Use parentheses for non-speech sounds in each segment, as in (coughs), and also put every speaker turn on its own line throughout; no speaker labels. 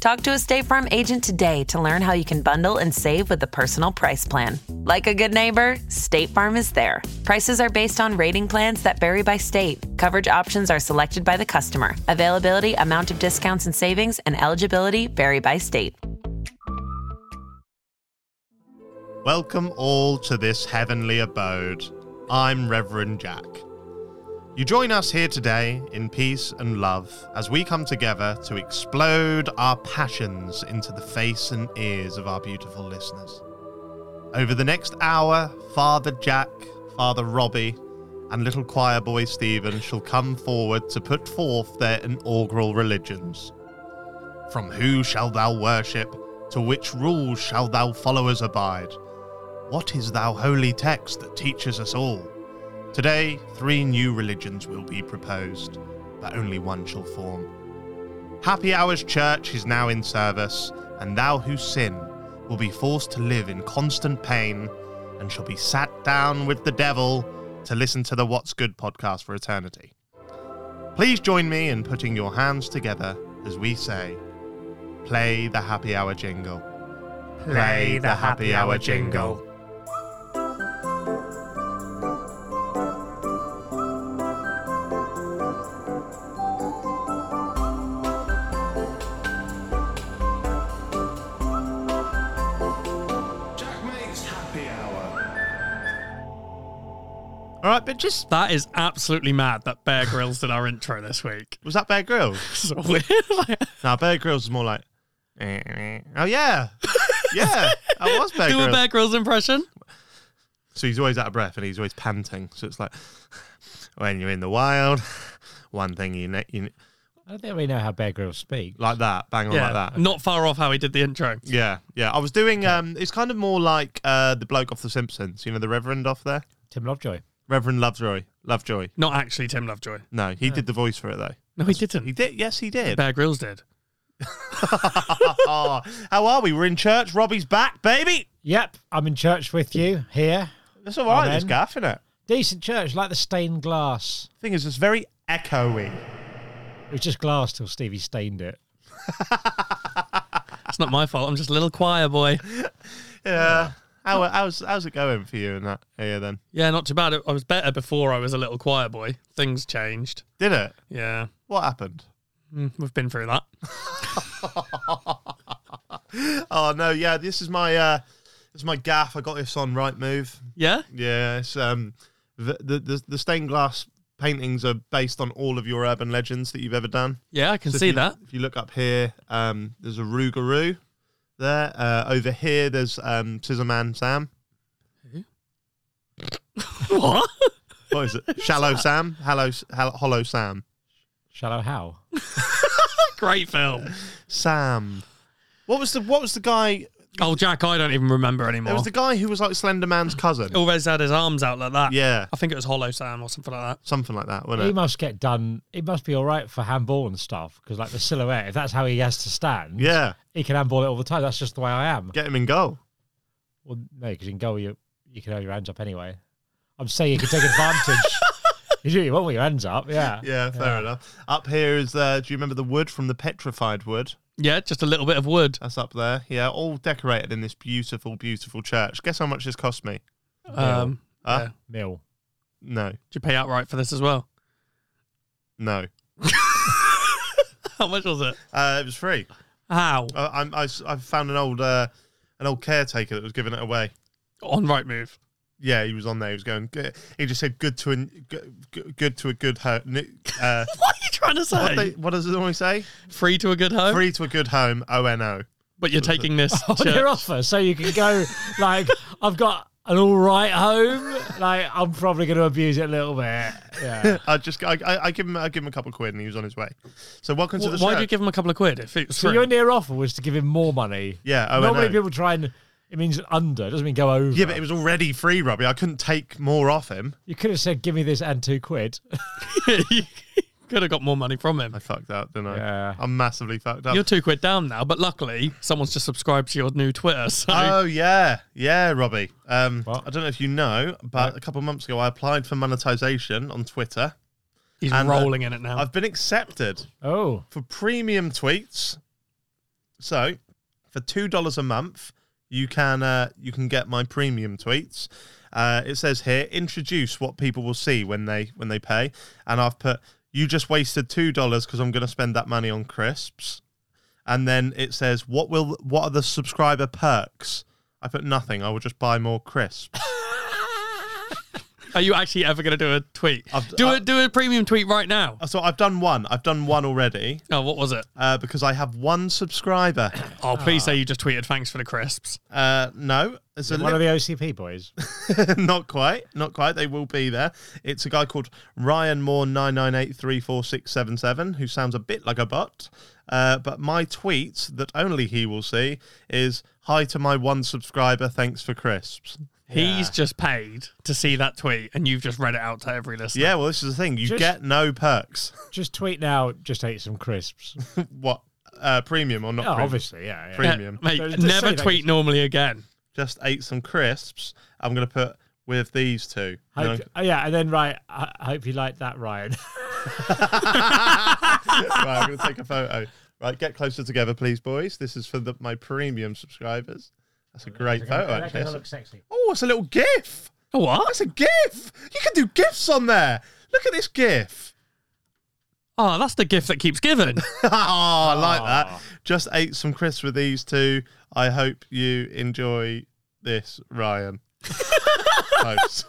Talk to a State Farm agent today to learn how you can bundle and save with the Personal Price Plan. Like a good neighbor, State Farm is there. Prices are based on rating plans that vary by state. Coverage options are selected by the customer. Availability, amount of discounts and savings, and eligibility vary by state.
Welcome all to this heavenly abode. I'm Reverend Jack. You join us here today in peace and love as we come together to explode our passions into the face and ears of our beautiful listeners. Over the next hour, Father Jack, Father Robbie, and little choir boy Stephen shall come forward to put forth their inaugural religions. From who shall thou worship? To which rules shall thou followers abide? What is thou holy text that teaches us all? Today, three new religions will be proposed, but only one shall form. Happy Hours Church is now in service, and thou who sin will be forced to live in constant pain and shall be sat down with the devil to listen to the What's Good podcast for eternity. Please join me in putting your hands together as we say, Play the happy hour jingle. Play the happy hour jingle.
Jack makes happy hour.
All right, but just
That is absolutely mad that Bear Grylls did our intro this week. (laughs)
was that Bear Grylls?
So weird. (laughs) Like,
now Bear Grylls is more like, "Eh, eh." oh yeah, yeah, that was
(laughs)
Bear
do a
Grylls.
Bear Grylls impression.
so he's always out of breath and he's always panting. So it's like, (sighs) when you're in the wild, (laughs) one thing you, ne- you ne-
I don't think we know how Bear Grylls speak.
like that, bang on
Yeah,
like that.
not far off how he did the intro.
Yeah, yeah. I was doing. Um, it's kind of more like uh, the bloke off The Simpsons. You know, the Reverend off there,
Tim Lovejoy.
Reverend Lovejoy. Lovejoy.
Not actually Tim Lovejoy.
No, he did the voice for it though.
No, he (laughs) didn't.
He did. Yes, he did.
Bear Grylls did.
oh, how are we? We're in church. Robbie's back, baby.
Yep, I'm in church with you here.
That's all right.
Amen.
This gaff, innit?
Decent church, like the stained glass.
Thing is, it's very echoey.
It was just glass till Stevie stained it.
It's not my fault. I'm just a little choir boy.
Yeah. How, how's how's it going for you in that area then?
Yeah, not too bad. I was better before I was a little choir boy. Things changed.
Did it?
Yeah,
What happened?
Mm, we've been through that.
Oh no, yeah. This is my uh, this is my gaff. I got this on Right Move.
Yeah?
Yeah, it's, um, the, the the the stained glass paintings are based on all of your urban legends that you've ever done.
Yeah, I can
So if
see
you-
that. (laughs)
If you look up here, um, there's a Rougarou there. Uh, over here, there's um, Scissor Man Sam.
What?
What is (laughs) it? Shallow Sam. Hello, hello, hollow Sam.
Shallow how?
Great film.
Sam. What was the What was the guy?
Oh, Jack, I don't even remember
There
anymore.
was the guy who was like Slender Man's cousin.
Always had his arms out like that.
Yeah,
I think it was Hollow Sam or something like that.
something like that, wasn't
He
it?
must get done. He must be all right for handball and stuff because, like the silhouette, if that's how he has to stand,
Yeah,
he can handball it all the time. That's just the way I am.
get him in goal.
Well, no, because in goal you you can have your hands up anyway. I'm saying you can take
(laughs)
advantage. you do you want with your hands up, yeah.
Yeah, fair enough. Up here is, uh, do you remember the wood from the petrified wood?
Yeah, just a little bit of wood.
That's up there. Yeah, all decorated in this beautiful, beautiful church. Guess how much this cost me?
Um,
Huh?
yeah.
Mill.
No,
Did you pay outright for this as well? (laughs)
no.
How much was it?
Uh, it was free.
How?
I, I'm- I, s- I found an old uh, an old caretaker that was giving it away.
On right move.
Yeah, he was on there. He was going. "G-" He just said, "Good to a n- g- g- good to a good home." Uh,
What are you trying to say? (laughs)
What, they, what does it normally say?
Free to a good home,
Free to a good home, ONO.
but you're taking this.
(laughs) on
to-
your offer, so you can go like I've got an all right home. Like I'm probably going to abuse it a little bit.
(laughs)
Yeah,
I just I, I, I give him I give him a couple of quid and he was on his way. So welcome to
Wh-
the show.
Why do you give him a couple of quid if it's
so
free?
your near offer was to give him more money.
Yeah, oh, I
normally
know.
people try and it means under. It doesn't mean go over.
yeah, but it was already free, Robbie. I couldn't take more off him.
you could have said give me this and two quid. (laughs)
(laughs) you could have got more money from him.
I fucked up, didn't I?
Yeah.
I'm massively fucked up.
You're two quid down now, but luckily someone's just subscribed to your new Twitter. So
Oh yeah, yeah, Robbie. Um,
What?
I don't know if you know, but a couple of months ago, I applied for monetization on Twitter.
he's
and, uh,
rolling in it now.
I've been accepted
Oh,
for premium tweets. So, for two dollars a month, you can uh, you can get my premium tweets. Uh, it says here, introduce what people will see when they when they pay, and I've put you just wasted two dollars because I'm going to spend that money on crisps. And then it says, what will what are the subscriber perks? I put nothing. I will just buy more crisps. (laughs)
Are you actually ever going to do a tweet?
I've-
do
I-
a do a premium tweet right now.
so I've done one. I've done one already
Oh, what was it?
uh, because I have one subscriber.
Oh, please say you just tweeted thanks for the crisps.
Uh, no, it's a
one of the OCP boys. (laughs)
(laughs) not quite, not quite. They will be there. It's a guy called Ryan Moore nine nine eight three four six seven seven who sounds a bit like a bot. Uh, but my tweet that only he will see is "Hi to my one subscriber, thanks for crisps."
He's just paid to see that tweet, and you've just read it out to every listener.
Yeah, well, this is the thing. You
Just-
get no perks. (laughs)
Just tweet now. Just ate some crisps.
what uh, premium or not?
Oh,
premium?
obviously, yeah. yeah.
Free- Premium.
mate.
So just say
never
that
tweet
just-
normally again.
Just ate some crisps. I'm gonna put with these two. And
Hope, oh, yeah, and then right. I I hope you liked that,
Oh,
(laughs) Ryan.
I'm, (laughs) right, I'm gonna take a photo. Right, get closer together, please, boys. This is for the, my premium subscribers. That's a great photo, actually. That's a-
sexy.
Oh, it's a little GIF.
A What?
That's a GIF. You can do GIFs on there. Look at this GIF. (laughs)
Oh, that's the gift that keeps giving.
oh, I like that.
Ah.
Just ate some crisps with these two. I hope you enjoy this,
(laughs)
Ryan. Thanks.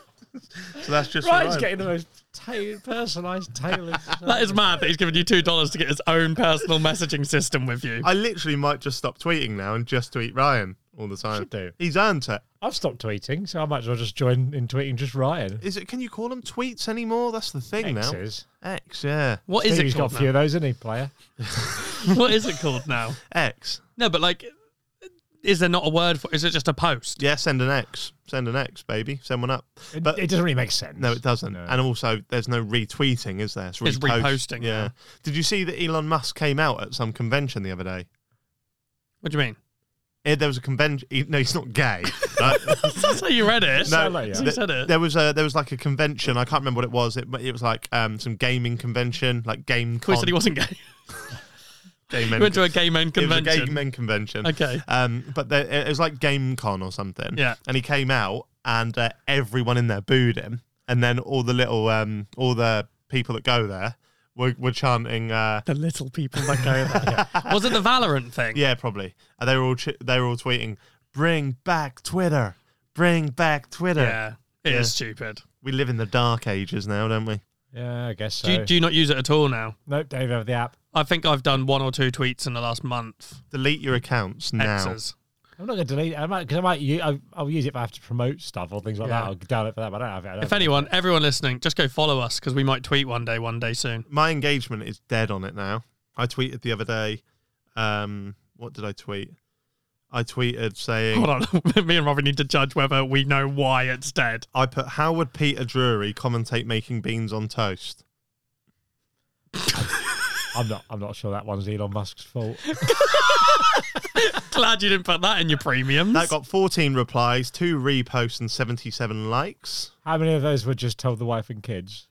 so that's just for
Ryan's
Ryan.
getting the most ta- personalised, (laughs) tailored.
that is mad that he's giving you two dollars to get his own personal messaging system with you.
I literally might just stop tweeting now and just tweet Ryan all the time.
Should do.
He's earned it.
I've stopped tweeting, so I might as well just join in tweeting just Ryan.
Is it? Can you call them tweets anymore? That's the thing
X's.
now. X, yeah,
What is
Stevie's
it called
got a few
now?
of those, isn't he, player?
What is it called now?
X.
No, but like, is there not a word for? Is it just a post?
Yeah, send an X. Send an X, baby. Send one up.
It,
But
it doesn't really make sense.
No, it doesn't. And also, there's no retweeting, is there?
It's reposting,
Yeah.
yeah.
Did you see that Elon Musk came out at some convention the other day?
What do you mean?
Eh, There was a convention. No, he's
(laughs)
not gay. but-
That's how you read it.
No, like, yeah.
you
th-
said it.
There was a there was like a convention. I can't remember what it was. It, it was like um, some gaming convention, like game.
We
Con,
said he wasn't gay.
Gay
He
men
went to a gay men
It was a gay
convention.
men convention.
Okay.
Um, but there, it was like GameCon or something.
Yeah.
And he came out, and uh, everyone in there booed him, and then all the little, um, all the people that go there were, were chanting. Uh,
The little people that go there. Was it the Valorant thing?
yeah, probably. And they were all ch- they were all tweeting, "Bring back Twitter, bring back Twitter."
Yeah. It is
Yeah.
stupid.
We live in the dark ages now, don't we?
Yeah, I guess so.
Do you, do you not use it at all now?
nope, don't even have the app.
I think I've done one or two tweets in the last month.
Delete your accounts now.
X's.
I'm not going to delete it. I might, cause I might, u- I, I'll use it if I have to promote stuff or things like
Yeah.
that. I'll download it for that, but I don't have it. I don't
If anyone, everyone listening, just go follow us because we might tweet one day, one day soon.
My engagement is dead on it now. I tweeted the other day. Um, what did I tweet? I tweeted saying,
Hold on. (laughs) Me and Robin need to judge whether we know why it's dead.
I put, how would Peter Drury commentate making beans on toast?
I'm not. I'm not sure that one's Elon Musk's fault.
Glad you didn't put that in your premiums.
That got 14 replies, two reposts, and 77 likes.
How many of those were just told the wife and kids?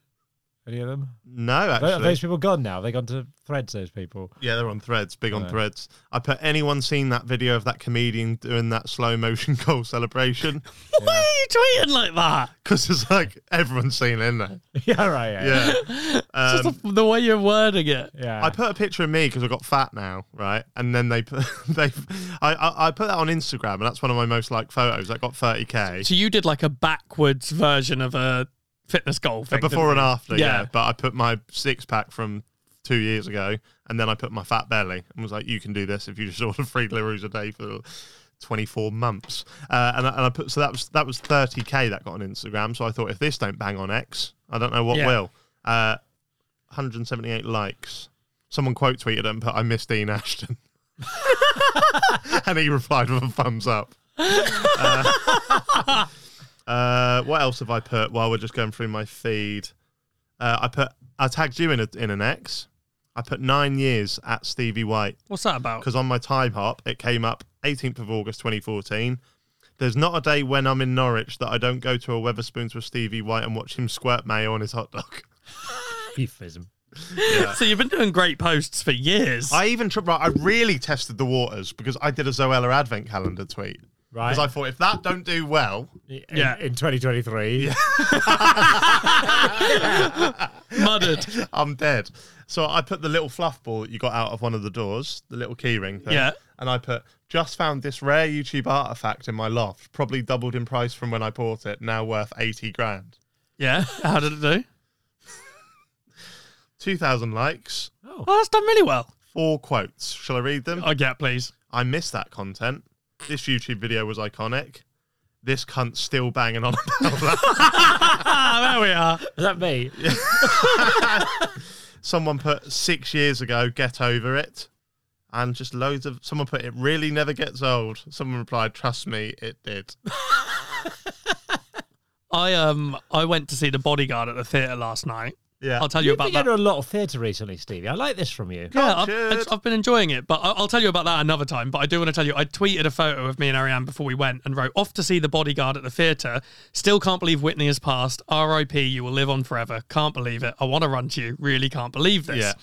Any of them?
No,
Are tho- are
actually.
those people gone now? Have they gone to threads? Those people.
Yeah, they're on threads, big on
Yeah.
threads. I put anyone seen that video of that comedian doing that slow motion (laughs) goal celebration? (laughs)
why are you tweeting like that?
Because it's like everyone's seen it, isn't it?
yeah, right. Yeah.
Yeah.
It's
Um,
just the, the way you're wording it.
Yeah.
I put a picture of me because I got fat now, right? And then they put, (laughs) they, I, I, I put that on Instagram, and that's one of my most liked photos. That got 30K.
So you did like a backwards version of a fitness goal thing.
before and
didn't
after, yeah.
Yeah.
But I put my six pack from two years ago, and then I put my fat belly and was like, "You can do this if you just (laughs) order three Leroux a day for 24 months." Uh, and, I, and I put so that was that was 30k that got on Instagram. So I thought if this don't bang on X, I don't know what
Yeah.
will. Uh, 178 likes. Someone quote tweeted it and put, "I miss Dean Ashton," (laughs) and he replied with a thumbs up. (laughs) Uh, what else have I put while we're just going through my feed? Uh, I put I tagged you in a, in an X. I put nine years at Stevie White
What's that
(laughs)
about?
because on my time hop it came up 18th of August 2014. There's not a day when I'm in Norwich that I don't go to a Weatherspoons with Stevie White and watch him squirt mayo on his hot dog. (laughs)
Euphemism.
So you've been doing great posts for years.
I even tried. I really tested the waters because I did a Zoella Advent Calendar tweet
Right.
because I thought if that don't do well,
In-
Yeah.
In 2023.
Muddered.
(laughs) I'm dead. So I put the little fluff ball that you got out of one of the doors, the little keyring thing.
Yeah.
And I put just found this rare YouTube artifact in my loft, probably doubled in price from when I bought it, now worth eighty grand.
Yeah. How did it do?
Two thousand likes,
Oh, that's done really well.
four quotes. Shall I read them?
Oh, yeah, please.
I miss that content. This YouTube video was iconic. This cunt's still banging on about that.
(laughs) Ah, there we are.
Is that me?
Someone put six years ago, get over it. And just loads of someone put it really never gets old. Someone replied, trust me, it
(laughs)
did.
I um I went to see the Bodyguard at the theatre last night.
Yeah.
I'll tell you
You've
about
been
that.
going to a lot of theatre recently, Stevie. I like this from you.
Yeah, I've,
Cultured.
it's- I've been enjoying it, but I- I'll tell you about that another time. But I do want to tell you, I tweeted a photo of me and Ariane before we went and wrote, off to see the bodyguard at the theatre. Still can't believe Whitney has passed. R.I.P. You will live on forever. Can't believe it. I want to run to you. Really can't believe this.
Yeah.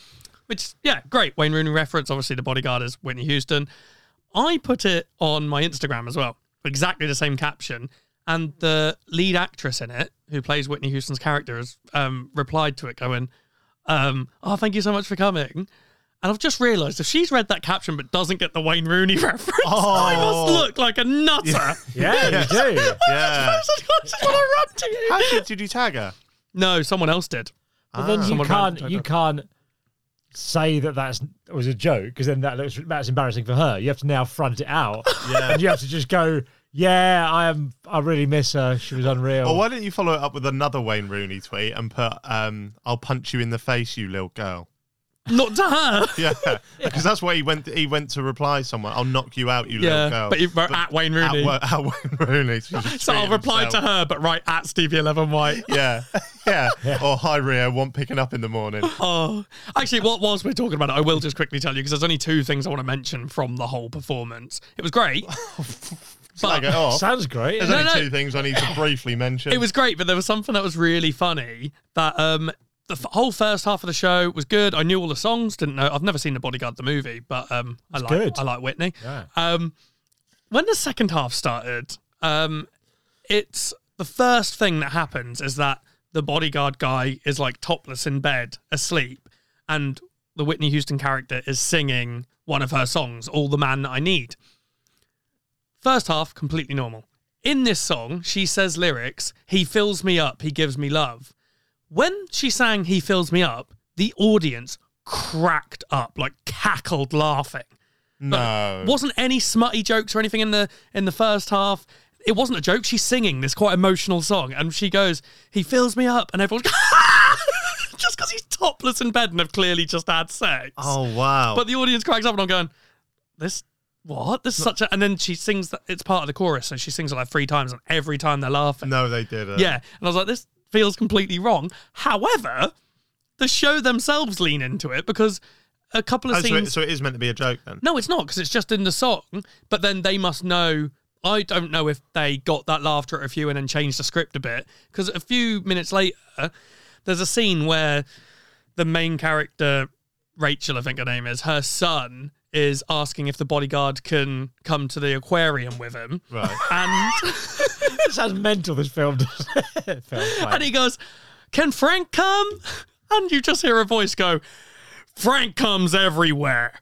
Which, yeah, great. Wayne Rooney reference. Obviously, the bodyguard is Whitney Houston. I put it on my Instagram as well. Exactly the same caption. And the lead actress in it, who plays Whitney Houston's character, has um, replied to it going, um, oh, thank you so much for coming. And I've just realised if she's read that caption but doesn't get the Wayne Rooney (laughs) reference, I must
Oh.
look like a nutter.
Yeah, you
(laughs)
do.
Yeah.
I just want to run to you.
How did, did you tag her?
No, someone else did.
But then you
Ah. Someone
can't
ran-
you can't say that that's was a joke because then that looks that's embarrassing for her. You have to now front it out,
Yeah.
and you have to just go, "Yeah, I am. I really miss her. She was unreal."
Well, why don't you follow it up with another Wayne Rooney tweet and put, um, I'll punch you in the face, you little girl. (laughs)
Not to her. (laughs)
Yeah, because that's what he went. He went to reply someone. I'll knock you out, you little
Yeah,
girl.
but he wrote at Wayne Rooney.
At, Wa- (laughs) at Wayne Rooney. So, he's
so I'll
treating
reply to
himself.
her, but right at Stevie Eleven White.
(laughs) Yeah, (laughs) yeah. Or hi Rio, want picking up in the morning.
Oh, actually, what whilst we're talking about it, I will just quickly tell you because there's only two things I want to mention from the whole performance. It was great.
Slag it off.
Sounds great.
oh, There's
No,
only
no.
two things I need to briefly mention.
It was great, but there was something that was really funny that um the f- whole first half of the show was good. I knew all the songs, didn't know. I've never seen The Bodyguard the movie, but um I like
good.
I like Whitney.
Yeah.
Um when the second half started, um it's the first thing that happens is that the bodyguard guy is like topless in bed, asleep, and the Whitney Houston character is singing one of her songs, All the Man That I Need. First half, completely normal. In this song, she says lyrics, He fills me up, He gives me love. When she sang He Fills Me Up, the audience cracked up, like cackled laughing. (laughs)
no.
Wasn't any smutty jokes or anything in the in the first half. It wasn't a joke. She's singing this quite emotional song, and she goes, "He fills me up," and everyone's (laughs) just because he's topless in bed and have clearly just had sex.
Oh wow.
But the audience cracks up, and I'm going, "This what? This is such a." And then she sings that it's part of the chorus, so she sings it like three times, and every time they're laughing.
no, they didn't.
Yeah, and I was like, "This feels completely wrong." However, the show themselves lean into it because a couple of
Oh, so, it,
scenes.
so it is meant to be a joke then.
No, it's not because it's just in the song. But then they must know. I don't know if they got that laughter at a few and then changed the script a bit because a few minutes later, there's a scene where the main character, Rachel, I think her name is, her son is asking if the bodyguard can come to the aquarium with him,
Right. (laughs)
and
It sounds mental. This film does. It (laughs) felt fine.
and he goes, "Can Frank come?" And you just hear a voice go, "Frank comes everywhere."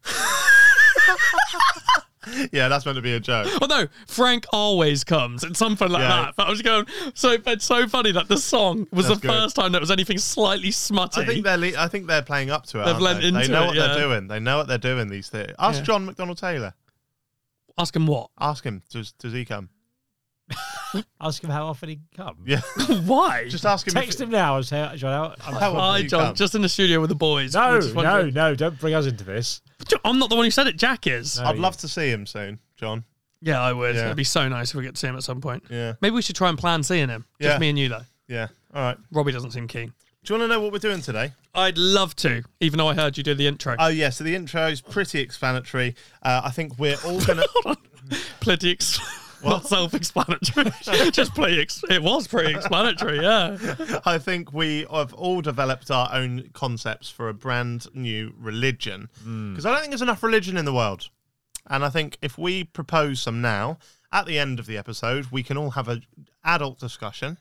yeah, that's meant to be a joke.
Oh no, Frank always comes. It's something like
Yeah.
that. But I was going so it's so funny that the song was
That's
the
good.
first time that was anything slightly smutty.
I think they're le- I think they're playing up to it.
They've
aren't
lent
they?
into
They know
it,
what
yeah.
they're doing. They know what they're doing. These things. Ask
Yeah.
John McDonald Taylor.
Ask him what? (laughs)
Ask him. Does Does he come? (laughs)
Ask him how often he comes.
Yeah.
Why?
Just ask him. if-
Text him now and say, John,
(laughs) How
how, I'm,
often
Hi,
you
John.
come.
Just in the studio with the boys.
no,
We're just
no,
wondering-
no, don't bring us into this.
I'm not the one who said it. Jack is.
No.
I'd love to see him soon, John.
Yeah, I would.
Yeah.
It'd be so nice if we get to see him at some point.
Yeah.
Maybe we should try and plan seeing him. Just
Yeah.
me and you though.
Yeah. All right.
Robbie doesn't seem keen.
Do you want to know what we're doing today?
I'd love to, even though I heard you do the intro.
Oh yeah. So the intro is pretty explanatory. Uh, I think we're all
(laughs)
gonna.
Plenty ex- (laughs) not self-explanatory. (laughs) Just pretty. Ex- it was pretty explanatory. Yeah.
I think we have all developed our own concepts for a brand new religion
Hmm.
because I don't think there's enough religion in the world, and I think if we propose some now. At the end of the episode, we can all have an adult discussion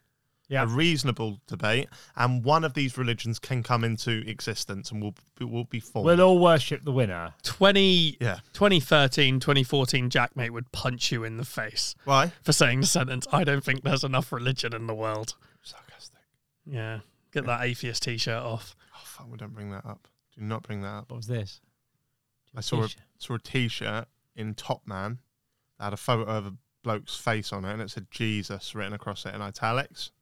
a
Yeah.
reasonable debate, and one of these religions can come into existence and will will be formed.
We'll all worship the winner.
20,
Yeah.
2013, 2014 Jackmate would punch you in the face
Why?
for saying the sentence, I don't think there's enough religion in the world.
Sarcastic.
Yeah. Get that atheist t shirt off.
Oh fuck! We don't bring that up. Do not bring that up.
What was this?
I saw a
T-shirt.
saw a T-shirt in Top Man that had a photo of a bloke's face on it, and it said Jesus written across it in italics.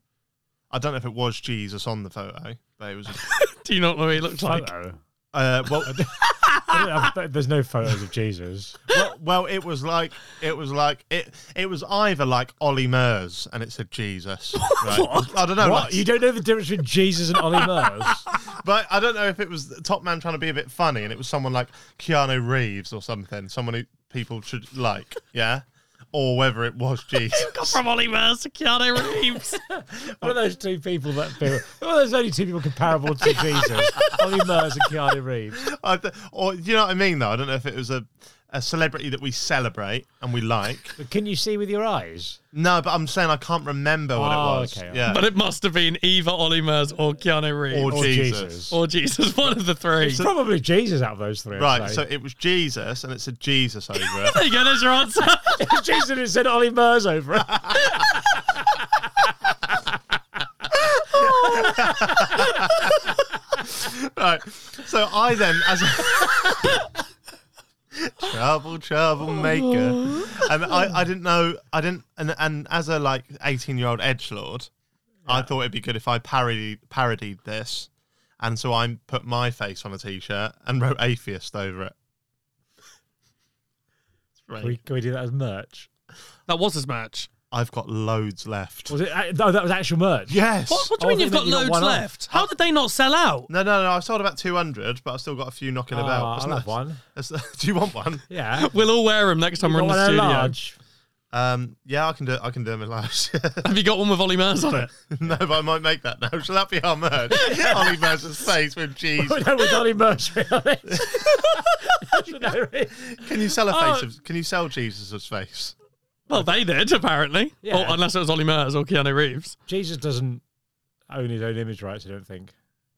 I don't know if it was Jesus on the photo, but it was. A, (laughs)
Do you know what he looks like?
Photo.
uh, well, (laughs)
I don't have- There's no photos
(laughs)
of Jesus.
well, well, it was like it was like it. It was either like Ollie Murs, and it said Jesus. Right? I don't know.
What?
like-
You don't know the difference between Jesus and Ollie
(laughs)
Murs?
But I don't know if it was the Top Man trying to be a bit funny, and it was someone like Keanu Reeves or something, someone who people should like, yeah, or whether it was Jesus.
Got from Ollie Murs to Keanu
(laughs)
Reeves.
One of those two people that feel. Well, there's only two people comparable to Jesus: Ollie Murs and Keanu Reeves.
I th- or you know what I mean, though. I don't know if it was a a celebrity that we celebrate and we like.
But can you see with your eyes?
No, but I'm saying I can't remember what it
Oh,
was.
okay,
yeah,
but it must have been either Ollie Murs or Keanu
or,
Reeves.
Or
Jesus.
Jesus.
Or, Jesus, one of the three.
Probably Jesus out of those three. I'd
Right,
say.
so it was Jesus, and it said Jesus over it.
there you go, there's your answer.
(laughs) It's Jesus who said Ollie
(laughs)
Murs over it.
Right. So I then, as a trouble troublemaker, and I, I didn't know, I didn't, and, and as a like eighteen year old edge lord, I thought it'd be good if I parodied parodied this, and so I put my face on a t shirt and wrote atheist over it.
Can we, can we do that as merch?
that was his match.
I've got loads left.
Was it? uh, No, that was actual merch.
Yes.
What, what do
Oh,
you
I
mean you've
thought
got
you got
loads
one off.
left? How did they not sell out?
No, no, no. I sold about two hundred, but I have still got a few knocking
Oh,
about.
I
That's
love
nice.
one.
That's- (laughs) do you want one?
Yeah.
(laughs) We'll all wear them next time
You
we're in
got
the
one
studio. (laughs)
large.
Um, yeah, I can do. I can do them in large. (laughs)
Have you got one with Ollie Murs on it?
No, but I might make that now. Shall that be our merch? Ollie Mercer's face with cheese.
no, with Ollie Murs on it. (laughs)
(laughs)
Keanu Reeves.
Can you sell a face of? Can you sell Jesus' face?
Well, they did apparently.
Yeah.
Or, unless it was Ollie Murs or Keanu Reeves.
Jesus doesn't own his own image rights, I don't think.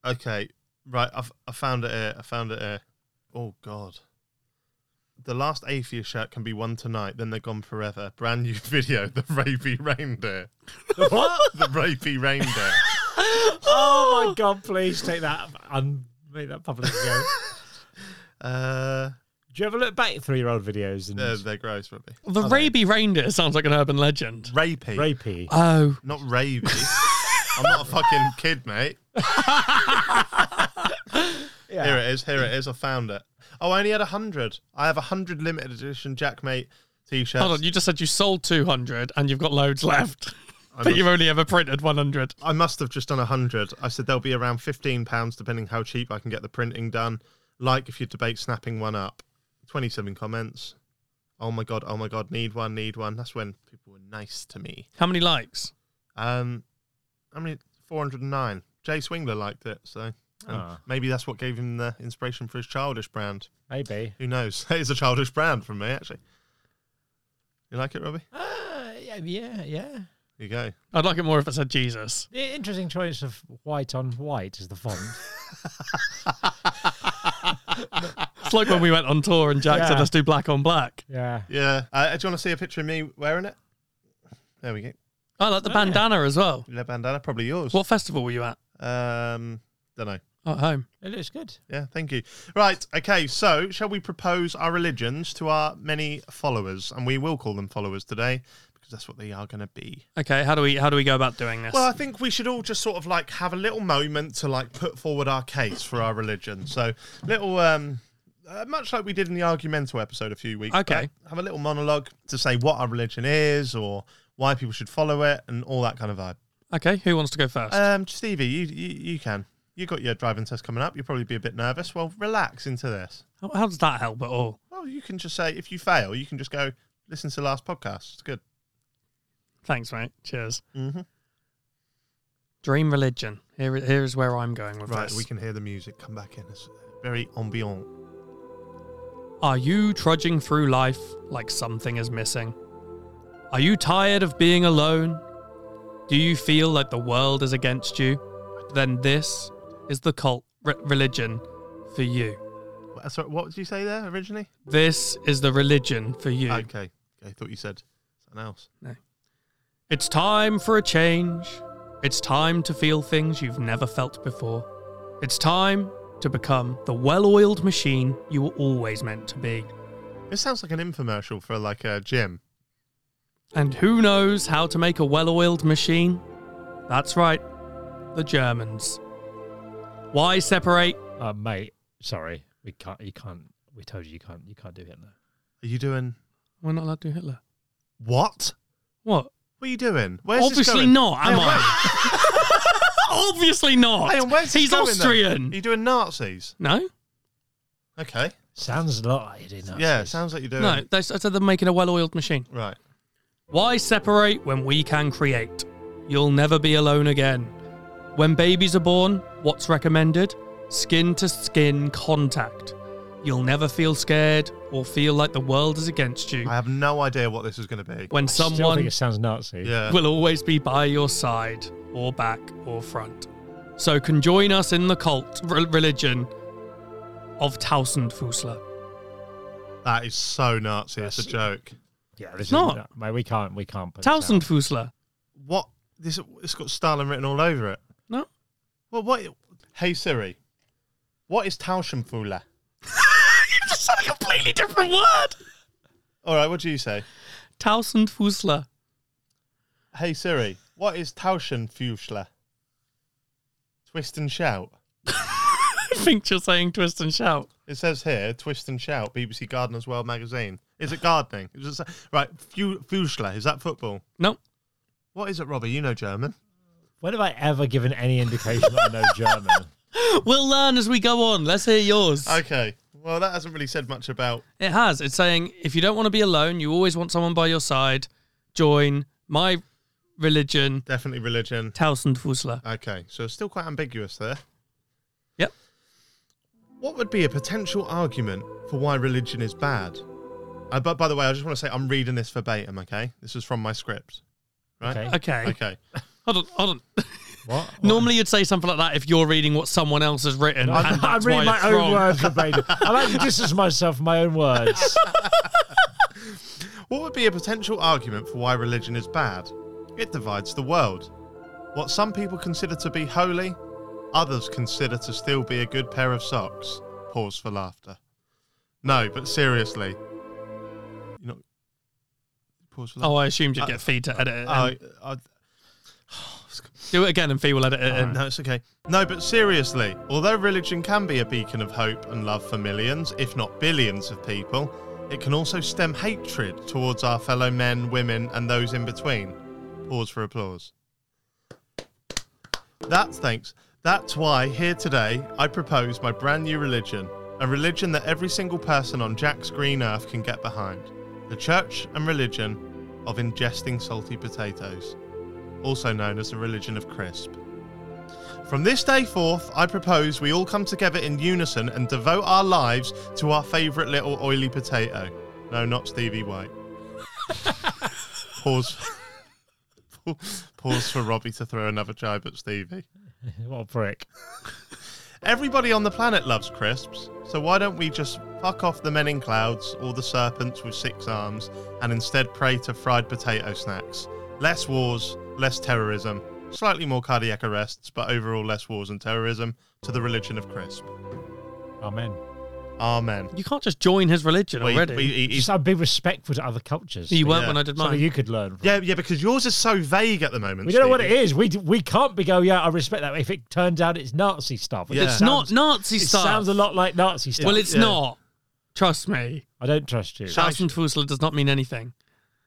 Okay, right. I've I found it. Here. I found it. Here. Oh God. The last atheist shirt can be won tonight. Then they're gone forever. Brand new (laughs) video. The rapey reindeer.
what?
The rapey reindeer.
Oh my god, please take that and make that public again.
Uh,
Do you ever look back at three year old videos and
they're, they're gross, Robbie.
The Raby Reindeer sounds like an urban legend.
Rapey,
rapey?
Oh,
not ravey. I'm not a fucking kid, mate.
Yeah.
Here it is. Here it is. I found it. Oh, I only had a hundred. I have a hundred limited edition Jackmate t-shirts.
hold on. You just said you sold 200 and you've got loads left, (laughs) but
must-
you've only ever printed 100.
I must have just done a hundred. I said they'll be around fifteen pounds, depending how cheap I can get the printing done. Like if you debate snapping one up. Twenty-seven comments. Oh my god. Oh my god. Need one. Need one. That's when people were nice to me.
How many likes?
Um, I mean, four hundred and nine. Jay Swingler liked it, so. and
Ah.
Maybe that's what gave him the inspiration for his childish brand.
Maybe.
Who knows? (laughs) It is a childish brand from me, actually. You like it, Robbie?
Uh, yeah, yeah, yeah.
There you go.
I'd like it more if it said Jesus.
The interesting choice of white on white is the font.
It's like when we went on tour and Jack said,
Yeah.
let's do black on black.
Yeah.
Yeah. Uh, do you want to see a picture of me wearing it? There we go.
I like the bandana as well.
Red bandana, probably yours.
What festival were you at? Oh,
Um, don't know.
At home.
It looks good.
Yeah, thank you. Right, okay, so shall we propose our religions to our many followers? And we will call them followers today because that's what they are going to be.
Okay, how do we how do we go about doing this?
Well, I think we should all just sort of like have a little moment to like put forward our case for our religion. So, little, um, uh, much like we did in the argumento episode a few weeks
Okay.
back, have a little monologue to say what our religion is or why people should follow it and all that kind of vibe.
okay, who wants to go first?
Um, Stevie, you, you, you can. You got your driving test coming up. You'll probably be a bit nervous. Well, relax into this.
how, how does that help at all?
Well, you can just say if you fail, you can just go listen to the last podcast. It's good.
Thanks, mate. Cheers.
Mm-hmm.
Dream religion. Here, here is where I'm going with
Right,
this.
we can hear the music come back in. It's very ambient.
Are you trudging through life like something is missing? Are you tired of being alone? Do you feel like the world is against you? Then this is the cult re- religion for you.
Wha- Uh, Sorry, what did you say there originally?
This is the religion for you.
Okay, I thought you said something else.
It's time for a change. It's time to feel things you've never felt before. It's time to become the well oiled machine you were always meant to be.
This sounds like an infomercial for like a gym.
And who knows how to make a well oiled machine? That's right, the Germans. Why separate?
Uh, mate, sorry. We can't, you can't, we told you you can't, you can't do Hitler.
Are you doing
We're not allowed to do Hitler.
what?
What?
What are you doing? Where's this
Obviously
going?
not, am
Hang on, (laughs)
I? (laughs) Obviously not.
wait- Hang on, where's this
He's
going, then?
Austrian.
Are you doing Nazis?
No,
Okay.
Sounds like you didn't.
Yeah, sounds like you're doing.
no. They, I said they're making a well oiled machine.
Right.
Why separate when we can create? You'll never be alone again. When babies are born, what's recommended? Skin to skin contact. You'll never feel scared or feel like the world is against you.
I have no idea what this is going to be.
When
Still
someone
think it sounds Nazi.
Yeah.
will always be by your side, or back, or front. So can join us in the cult re- religion of Tausendfüßler.
That is so Nazi. It's a joke.
yeah this
It's not.
is- Mate, we can't, we can't. put this out.
Tausendfüßler.
What? This? It's got Stalin written all over it.
No,
Well, what? Hey Siri, what is Tauschenfuhler?
you just said a completely different word.
All right, what do you say?
Tausendfüßler.
Hey Siri, what is Tauschenfuchler? Twist and shout.
(laughs) I think you're saying twist and shout.
It says here, twist and shout. BBC Gardeners World magazine. Is it gardening? Is it, sa- right, Fu- Fuchler. Is that football?
No,
What is it, Robbie? You know German.
When have I ever given any indication that I know German?
we'll learn as we go on. Let's hear yours.
Okay. Well, that hasn't really said much about.
It has. It's saying if you don't want to be alone, you always want someone by your side. Join my religion,
Definitely religion.
Tausendfüßler.
Okay, so it's still quite ambiguous there.
Yep.
What would be a potential argument for why religion is bad? Uh, but by the way, I just want to say I'm reading this verbatim, okay? This is from my script. Right?
Okay.
Okay.
Okay.
Hold on. Hold on.
What?
Normally, you'd say something like that if you're reading what someone else has written.
(laughs) I'm,
and
I'm
that's
reading
why
my
it's
own
wrong.
words verbatim. I like to distance myself from my own words.
What would be a potential argument for why religion is bad? It divides the world. What some people consider to be holy, others consider to still be a good pair of socks. Pause for laughter. No, but seriously. You know. Pause for laughter.
Oh, I assumed
Uh,
you'd get Fee to edit it.
Oh,
and
I-
do it again, and Fee will edit it. in.
Uh,
Uh-huh.
no, it's okay. No, but seriously, although religion can be a beacon of hope and love for millions, if not billions of people, it can also stem hatred towards our fellow men, women, and those in between. Pause for applause. That's thanks. That's why here today I propose my brand new religion, a religion that every single person on Jack's green earth can get behind. The church and religion of ingesting salty potatoes, also known as the religion of crisp. From this day forth, I propose we all come together in unison and devote our lives to our favourite little oily potato. No, not Stevie White. pause. (laughs) Pause for Robbie to throw another jibe at Stevie.
What a prick.
Everybody on the planet loves crisps, so why don't we just Fuck off the men in clouds, or the serpents with six arms, and instead pray to fried potato snacks. Less wars, less terrorism, slightly more cardiac arrests, but overall less wars and terrorism to the religion of Crisp.
Amen.
Amen.
You can't just join his religion
Well, he-
already.
he- he-
Just
he's-
I'd be respectful to other cultures.
you weren't
yeah.
when I did
Something
mine.
you could learn. From.
yeah, yeah, because yours is so vague at the moment.
We don't know what it
Stevie.
is. We d- we can't be go. Yeah, I respect that. If it turns out it's Nazi stuff, which
Yeah.
it
It's
not
sounds-
Nazi
It
stuff.
sounds a lot like Nazi stuff.
Well, it's
Yeah.
not. Trust me.
I don't trust you.
Shut-
Schaffenfusler does not mean anything.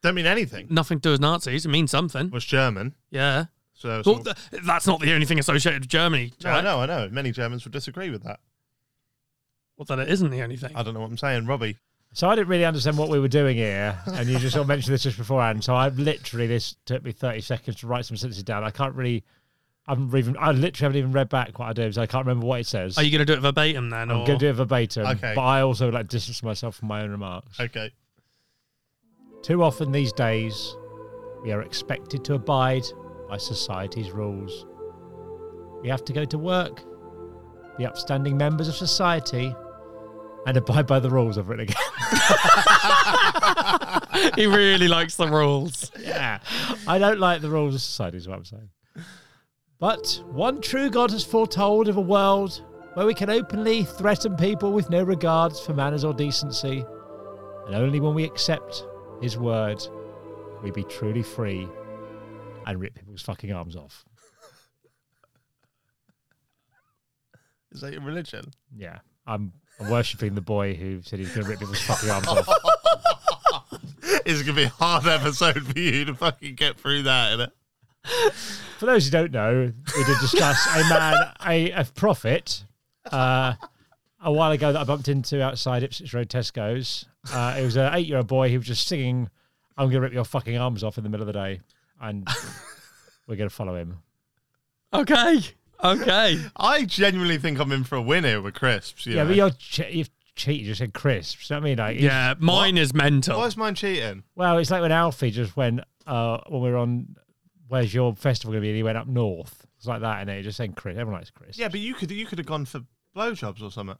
Don't mean anything.
Nothing to do with Nazis. It means something.
Was German,
Yeah.
so.
Well, th- that's not the only thing associated with Germany.
no, I know, I know. Many Germans would disagree with that.
Well, that it isn't the only thing.
I don't know what I'm saying, Robbie.
So I didn't really understand what we were doing here, and you just sort of mentioned this just beforehand. So I've literally this took me thirty seconds to write some sentences down. I can't really. I haven't even. I literally haven't even read back what I do, so I can't remember what it says.
Are you going to do it verbatim then?
I'm
or-
going to do it verbatim,
Okay.
but I also like distance myself from my own remarks.
Okay.
Too often these days, we are expected to abide by society's rules. We have to go to work, be upstanding members of society, and abide by the rules. I've written again.
(laughs) he really likes the rules.
yeah. (laughs) I don't like the rules of society, is what I'm saying. But one true God has foretold of a world where we can openly threaten people with no regards for manners or decency, and only when we accept His word we be truly free and rip people's fucking arms off.
Is that your religion?
Yeah, I'm, I'm worshipping the boy who said he's going to rip people's fucking arms off.
It's gonna be a hard episode for you to fucking get through that, innit?
For those who don't know, we did discuss a man, a, a prophet, uh, a while ago that I bumped into outside Ipswich Road Tesco's. Uh, it was an eight year old boy who was just singing, I'm going to rip your fucking arms off in the middle of the day. And we're going to follow him.
Okay.
(laughs)
Okay.
I genuinely think I'm in for a win here with crisps. You
Yeah,
know?
but you're, che- you've cheated. You said crisps. You know what I mean? Like, he's-
Yeah. Mine is mental.
Why is mine cheating?
Well, it's like when Alfie just went, uh, when we were on, where's your festival going to be? And he went up north. It's like that. And then he just saying Chris. Everyone likes Chris.
Yeah, but you could you could have gone for blowjobs or something.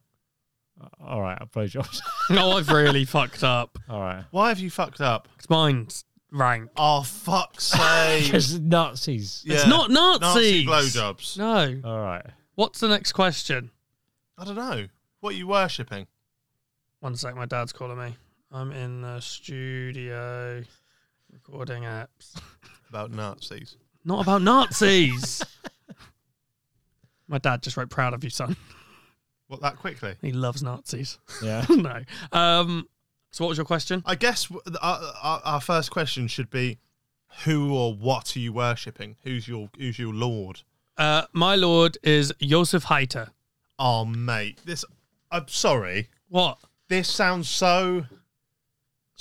All right, blowjobs.
(laughs) No, I've really fucked up.
(laughs) All right.
Why have you fucked up?
'Cause Mine's rank.
Oh (laughs) fuck's sake!
Because Nazis.
Yeah.
It's not
Nazi
Nazis.
blowjobs.
No.
All right.
What's the next question?
I don't know. What are you worshipping?
One sec, my dad's calling me. I'm in the studio recording apps.
About Nazis.
Not about Nazis. my dad just wrote proud of you, son.
What that quickly?
He loves Nazis. (laughs)
(laughs) Yeah.
no. Um so what was your question?
I guess w- th- our, our, our first question should be, who or what are you worshipping? Who's your who's your lord?
Uh my lord is Josef Heiter.
Oh mate, this. I'm sorry.
What?
This sounds so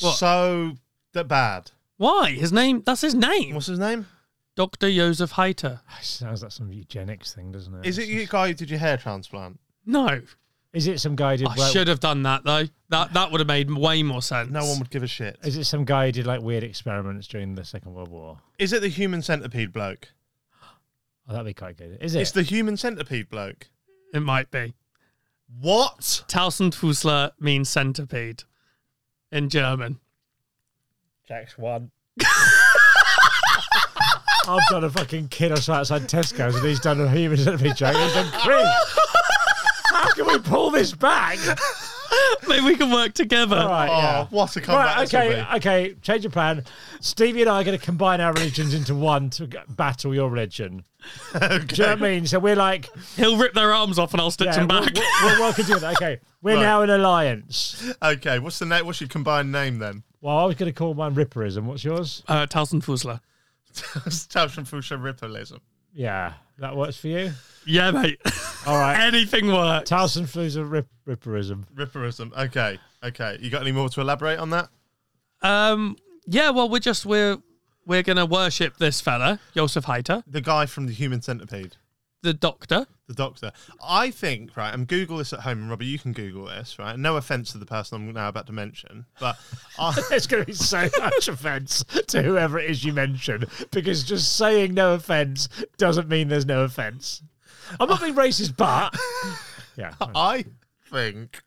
What?
so d- bad.
Why? His name that's his name.
What's his name?
Dr. Josef Heiter.
Sounds like some eugenics thing, doesn't it?
Is it you guy who did your hair transplant?
No.
Is it some guy who did?
I
like-
should have done that though. That that would have made way more sense.
No one would give a shit.
Is it some guy who did like weird experiments during the Second World War?
Is it the human centipede bloke?
Oh, that'd be quite good. Is it?
It's the human centipede bloke.
It might be.
What?
Tausendfüßler means centipede in German. (laughs)
Jack's one. (laughs) I've done a fucking kid or so outside Tesco's and he's done a human centipede joke. He's done Chris. How can we pull this back?
Maybe we can work together.
All right,
oh,
yeah.
what a comeback!
Right,
this will
okay, uh,
(laughs) be.
okay. Change of plan. Stevie and I are going to combine our religions into one to g- battle your religion. Do you know
(laughs)
what I mean? So we're like,
He'll rip their arms off and I'll stitch
yeah,
them
we're,
back.
we're- we're working together. Okay, we're
Right.
now an alliance.
Okay, what's the name? What's your combined name then? (laughs)
Well, I was going to call mine Ripperism. What's yours?
(laughs) uh, Tausendfüßler.
Tausendfusha Rippleism.
Yeah, that works for you.
Yeah, mate. (laughs)
All right.
Anything works.
Towson flu's a rip- Ripperism.
Ripperism. Okay, okay. You got any more to elaborate on that?
Um, yeah, well, we're just we're we're gonna worship this fella, Josef Heiter,
The guy from the human centipede,
the doctor.
the doctor. I think right. I'm Google this at home, and Robbie, you can Google this. Right. No offense to the person I'm now about to mention,
(laughs)
but I,
It's going to be so (laughs) much offence to whoever it is you mention because just saying no offence doesn't mean there's no offence. I'm not being racist, but yeah,
I think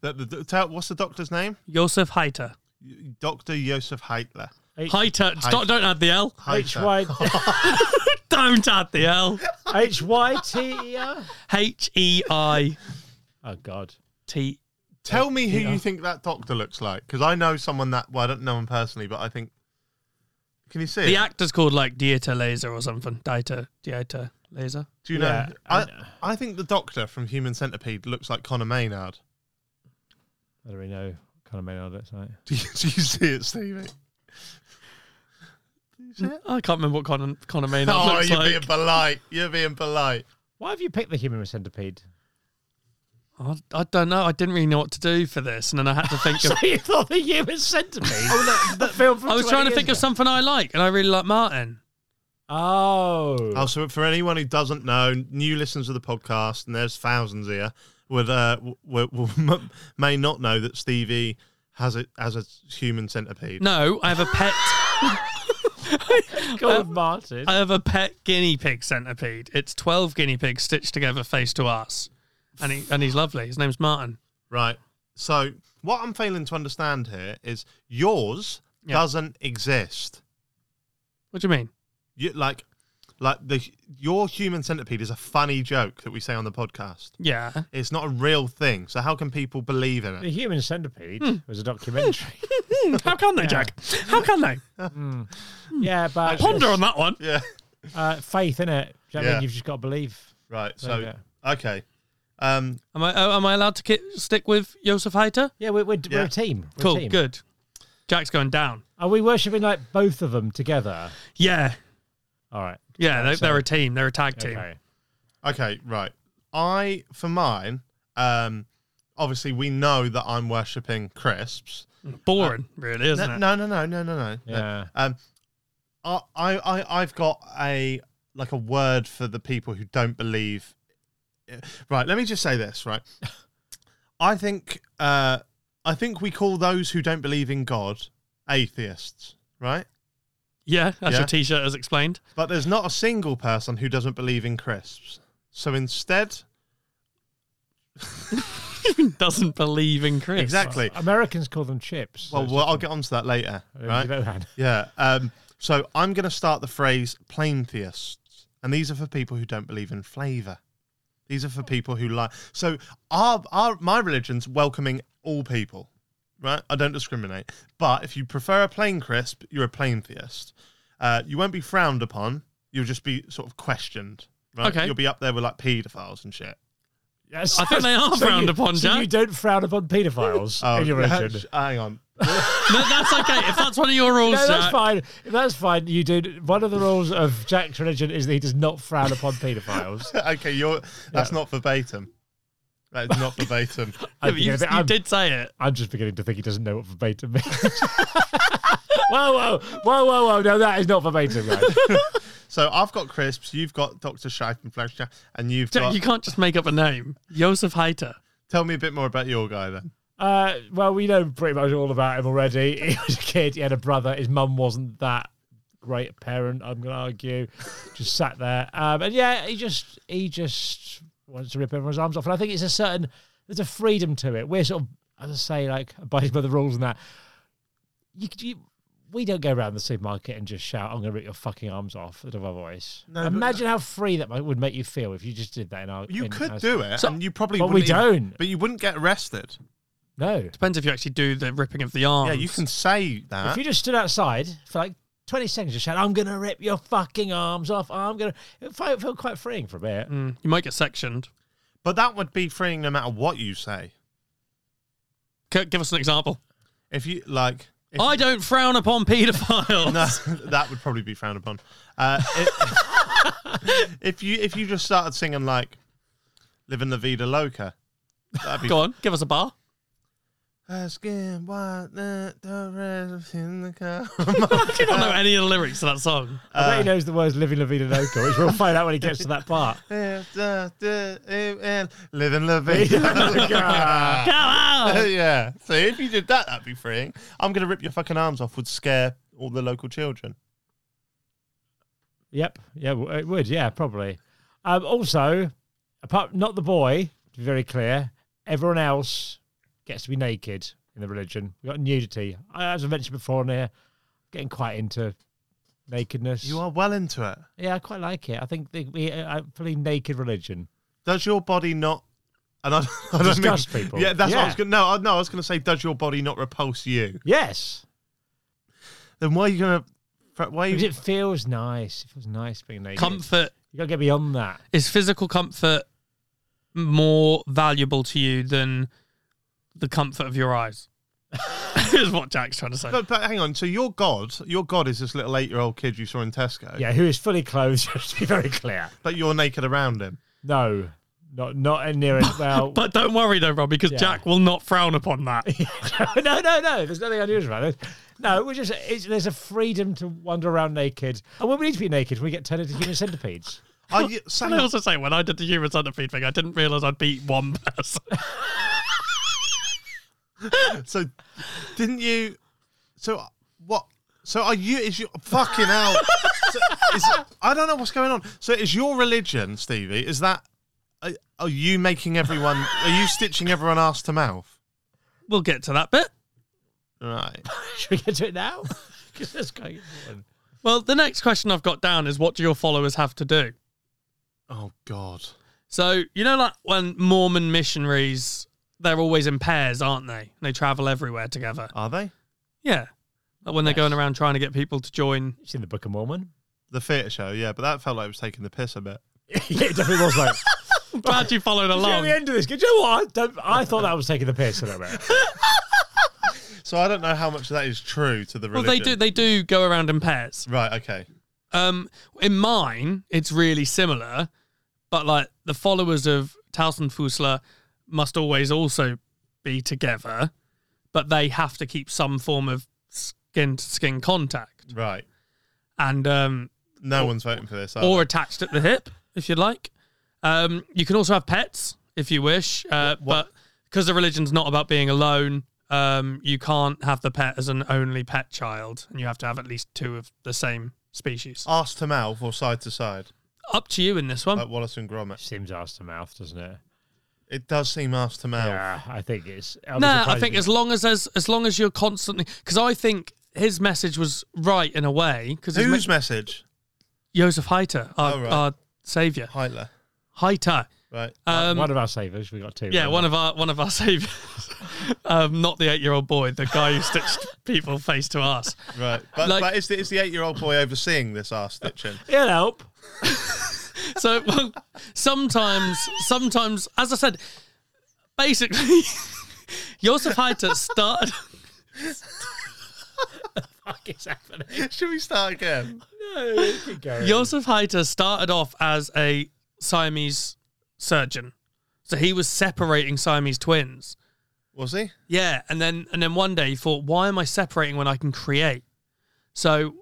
that the, the- tell- what's the doctor's name?
Josef Heiter.
Dr. Josef Heitler.
Heiter. Stop, don't add the L.
H
Heitler.
Y
Don't add the L.
H Y T E R.
H E I
Oh God.
T. E.
Tell me who
Yeah.
you think that doctor looks like, because I know someone that. Well, I don't know him personally, but I think. Can you see?
The (laughs)
it?
actor's called like Dieter Laser or something. Dieter. Dieter Laser.
Do you know?
Yeah,
I,
I
I,
know.
think the doctor from Human Centipede looks like Connor Maynard. (laughs)
I don't really know what kind of man looks like.
Do you, do you see it, Stevie?
Eh, I can't remember what Conan, Conan Maynard
oh,
looks
you're
like.
being polite. You're being polite.
Why have you picked the human centipede?
I, I don't know. I didn't really know what to do for this, and then I had to (laughs) think of.
so you thought the human
(laughs)
centipede? oh, no, the film from
I was
20
trying to
years
think of
ago.
something I like, and I really like Martin.
Oh.
Oh, so for anyone who doesn't know, new listeners of the podcast, and there's thousands here, with uh, w- (laughs) w- m- may not know that Stevie has a has a human centipede.
No, I have a (laughs) pet. Oh.
God, Martin.
I have a pet guinea pig centipede. It's twelve guinea pigs stitched together face to ass, and he and he's lovely. His name's Martin.
Right. So what I'm failing to understand here is yours
Yeah.
doesn't exist.
What do you mean?
You, like, like the your human centipede is a funny joke that we say on the podcast.
Yeah,
It's not a real thing. So how can people believe in
the
it?
human centipede was a documentary.
Hmm, how can they, Jack? How can they? (laughs)
(laughs) yeah, but
Hmm. Ponder on that one.
Yeah. (laughs)
uh, faith in it. Do you know what I
Yeah.
mean? You've just got to believe.
Right.
There
So
you
okay. Um,
Am I oh, am I allowed to ki- stick with Josef Heiter?
Yeah, we're, we're, we're
Yeah.
a team. We're a
Cool,
team.
good. Jack's going down.
Are we worshipping like both of them together?
Yeah,
All right.
yeah. They,
so-
they're a team. They're a tag team.
Okay.
Okay, right. I for mine, um, obviously we know that I'm worshipping crisps.
Boring,
Uh,
really, isn't
No,
it?
no, no, no, no, no, no.
Yeah.
Um, I, I, I, I've got a like a word for the people who don't believe. Right. Let me just say this.
(laughs)
Right. I think, uh, I think we call those who don't believe in God atheists. Right.
Yeah, as
Yeah.
your T-shirt has explained. (laughs)
But there's not a single person who doesn't believe in crisps. So instead,
Doesn't believe in Chris.
exactly.
Americans call them chips.
Well, well, I'll get onto that later. Right. Yeah. Um, so I'm going to start the phrase plain theists. And these are for people who don't believe in flavour. These are for people who like. So our, our my religion's welcoming all people, right? I don't discriminate. But if you prefer a plain crisp, you're a plain theist. Uh, you won't be frowned upon. You'll just be sort of questioned, right?
Okay.
You'll be up there with like paedophiles and shit.
(laughs) Yes.
I think they are frowned
you,
upon,
(laughs) So
Jack. Oh,
you don't frown upon paedophiles in your religion.
Oh, (laughs) hang on.
No, that's okay. If that's one of your rules,
(laughs) No, that's
Jack.
fine. That's fine. You do. One of the rules of Jack's religion is that he does not frown
(laughs)
upon paedophiles.
okay, you're. That's not verbatim. That is not verbatim.
Yeah, but you,
I'm, beginning to-
you
I'm-
did say it.
I'm just beginning to think he doesn't know what verbatim means. (laughs) whoa, whoa, whoa, whoa, whoa! No, that is not verbatim, right?
So I've got crisps, you've got Dr. Scheifenfleischer, and you've
Jack,
got.
you can't just make up a name. Josef Heiter.
Tell me a bit more about your guy then.
Uh, well, we know pretty much all about him already. (laughs) He was a kid. He had a brother. His mum wasn't that great a parent. I'm going to argue. Just sat there, um, and yeah, he just he just wants to rip everyone's arms off. And I think it's a certain there's a freedom to it. We're sort of, as I say, like abiding by the rules and that. You, you we don't go around the supermarket and just shout, "I'm going to rip your fucking arms off" out of our voice.
No, but-
Imagine how free that might- would make you feel if you just did that. In our,
You
in
could
our-
do it,
So-
and you probably.
But we
wouldn't even-
don't.
but you wouldn't get arrested.
no.
Depends if you actually do the ripping of the arms.
Yeah, you can say
If
that.
you just stood outside for like 20 seconds, just shout, I'm going to rip your fucking arms off. I'm going to. It felt felt quite freeing for a bit.
Mm, you might get sectioned.
but that would be freeing no matter what you say.
C- give us an example.
If you like. If,
I don't frown upon (laughs) paedophiles.
(laughs) no, that would probably be frowned upon. Uh, if, (laughs) if you if you just started singing like "Living la Vida Loca," that'd be
Go on, give us a bar.
Asking why not the rest in the car. (laughs)
I don't know
Uh,
any of the lyrics to that song.
I bet he knows the words living La Vida Loca, which we'll find out when he gets to that
(laughs)
part.
Living la
(laughs) Oh,
vida.
Come on!
(laughs) yeah. So if you did that, that'd be freeing. I'm gonna rip your fucking arms off. Would scare all the local children.
Yep. Yeah, w- it would. Yeah, probably. Um, also, apart not the boy, to be very clear, everyone else gets to be naked in the religion. We got nudity. I- As I mentioned before on here, getting quite into nakedness.
You are well into it.
Yeah, I quite like it. I think the, we uh, I believe naked religion.
Does your body not? And I, I don't
Disgust
mean,
people.
Yeah, that's what I was
Yeah.
going. No, I- no, I was going to say, does your body not repulse you?
Yes,
Then why are you going to? Why? Are
because
you,
it feels nice. It feels nice being naked.
Comfort
you got to get beyond that.
is physical comfort more valuable to you than the comfort of your eyes? (laughs) is what Jack's trying to say.
but, but hang on. So your god, your god is this little eight-year-old kid you saw in Tesco.
Yeah, who is fully clothed? (laughs) Just to be very clear.
But you're naked around him.
No, not not any near it. Well,
(laughs) But don't worry though, Rob, because
Yeah.
Jack will not frown upon that.
(laughs) no, no, no. There's nothing unusual about this. No, we're just it's, there's a freedom to wander around naked, and when we need to be naked, we get turned into human centipedes. (laughs)
Are you, Sam,
And I also say when I did the human centipede thing, I didn't realise I'd beat one person. (laughs)
so didn't you? So what? So are you? Is your fucking hell? So is, I don't know what's going on. So is your religion, Stevie? Is that? Are, are you making everyone? Are you stitching everyone ass to mouth?
we'll get to that bit.
Right.
Should we get to it now? (laughs) Because that's quite important.
Well, the next question I've got down is what do your followers have to do?
Oh God.
So you know, like when Mormon missionaries, they're always in pairs, aren't they? They travel everywhere together.
Are they?
Yeah, like when they're
Oh. Yes.
going around trying to get people to join.
It's in the Book of Mormon.
The theatre show, yeah, but that felt like it was taking the piss a bit.
(laughs) yeah, it definitely was like.
I'm glad you followed
(laughs) Get
(laughs) along.
the end of this. 'cause you know what? I, don't, I thought that was taking the piss a little bit. (laughs)
So I don't know how much of that is true to the
Well,
religion.
they do. They do go around in pairs.
right, okay.
Um, in mine, it's really similar, but like the followers of Tausenfusler must always also be together, but they have to keep some form of skin to skin contact
Right.
and um,
No one's voting for this. Are
or attached at the hip if you'd like. Um, you can also have pets if you wish, uh, but because the religion's not about being alone, um, you can't have the pet as an only pet child, and you have to have at least two of the same species.
they? ass to mouth or side to side,
Up to you in this one.
like Wallace and Gromit.
Seems ass to mouth, doesn't it?
It does seem ass to mouth.
Yeah, I think it's. I'll be
No, I
surprised
think
if
as long as as as long as you're constantly because I think his message was right in a way because
Whose message?
Joseph Heiter, our,
Oh, right.
our savior,
Heitler.
Heiter.
Right.
Um,
one of our savers. We got two.
yeah, one of our one of our (laughs) saviors, um, not the eight year old boy, the guy who stitched people face to ass.
Right. But,
like-
but it's the, it's the eight year old boy overseeing this ass stitching.
It'll help.
So well, sometimes, sometimes, as I said, basically, (laughs) Joseph Heiter started.
Fuck is happening?
(laughs) Should we start again?
No, (laughs) keep going.
Joseph Heiter started off as a Siamese surgeon. So he was separating Siamese twins.
Was he?
Yeah, and then and then one day he thought, why am I separating when I can create? So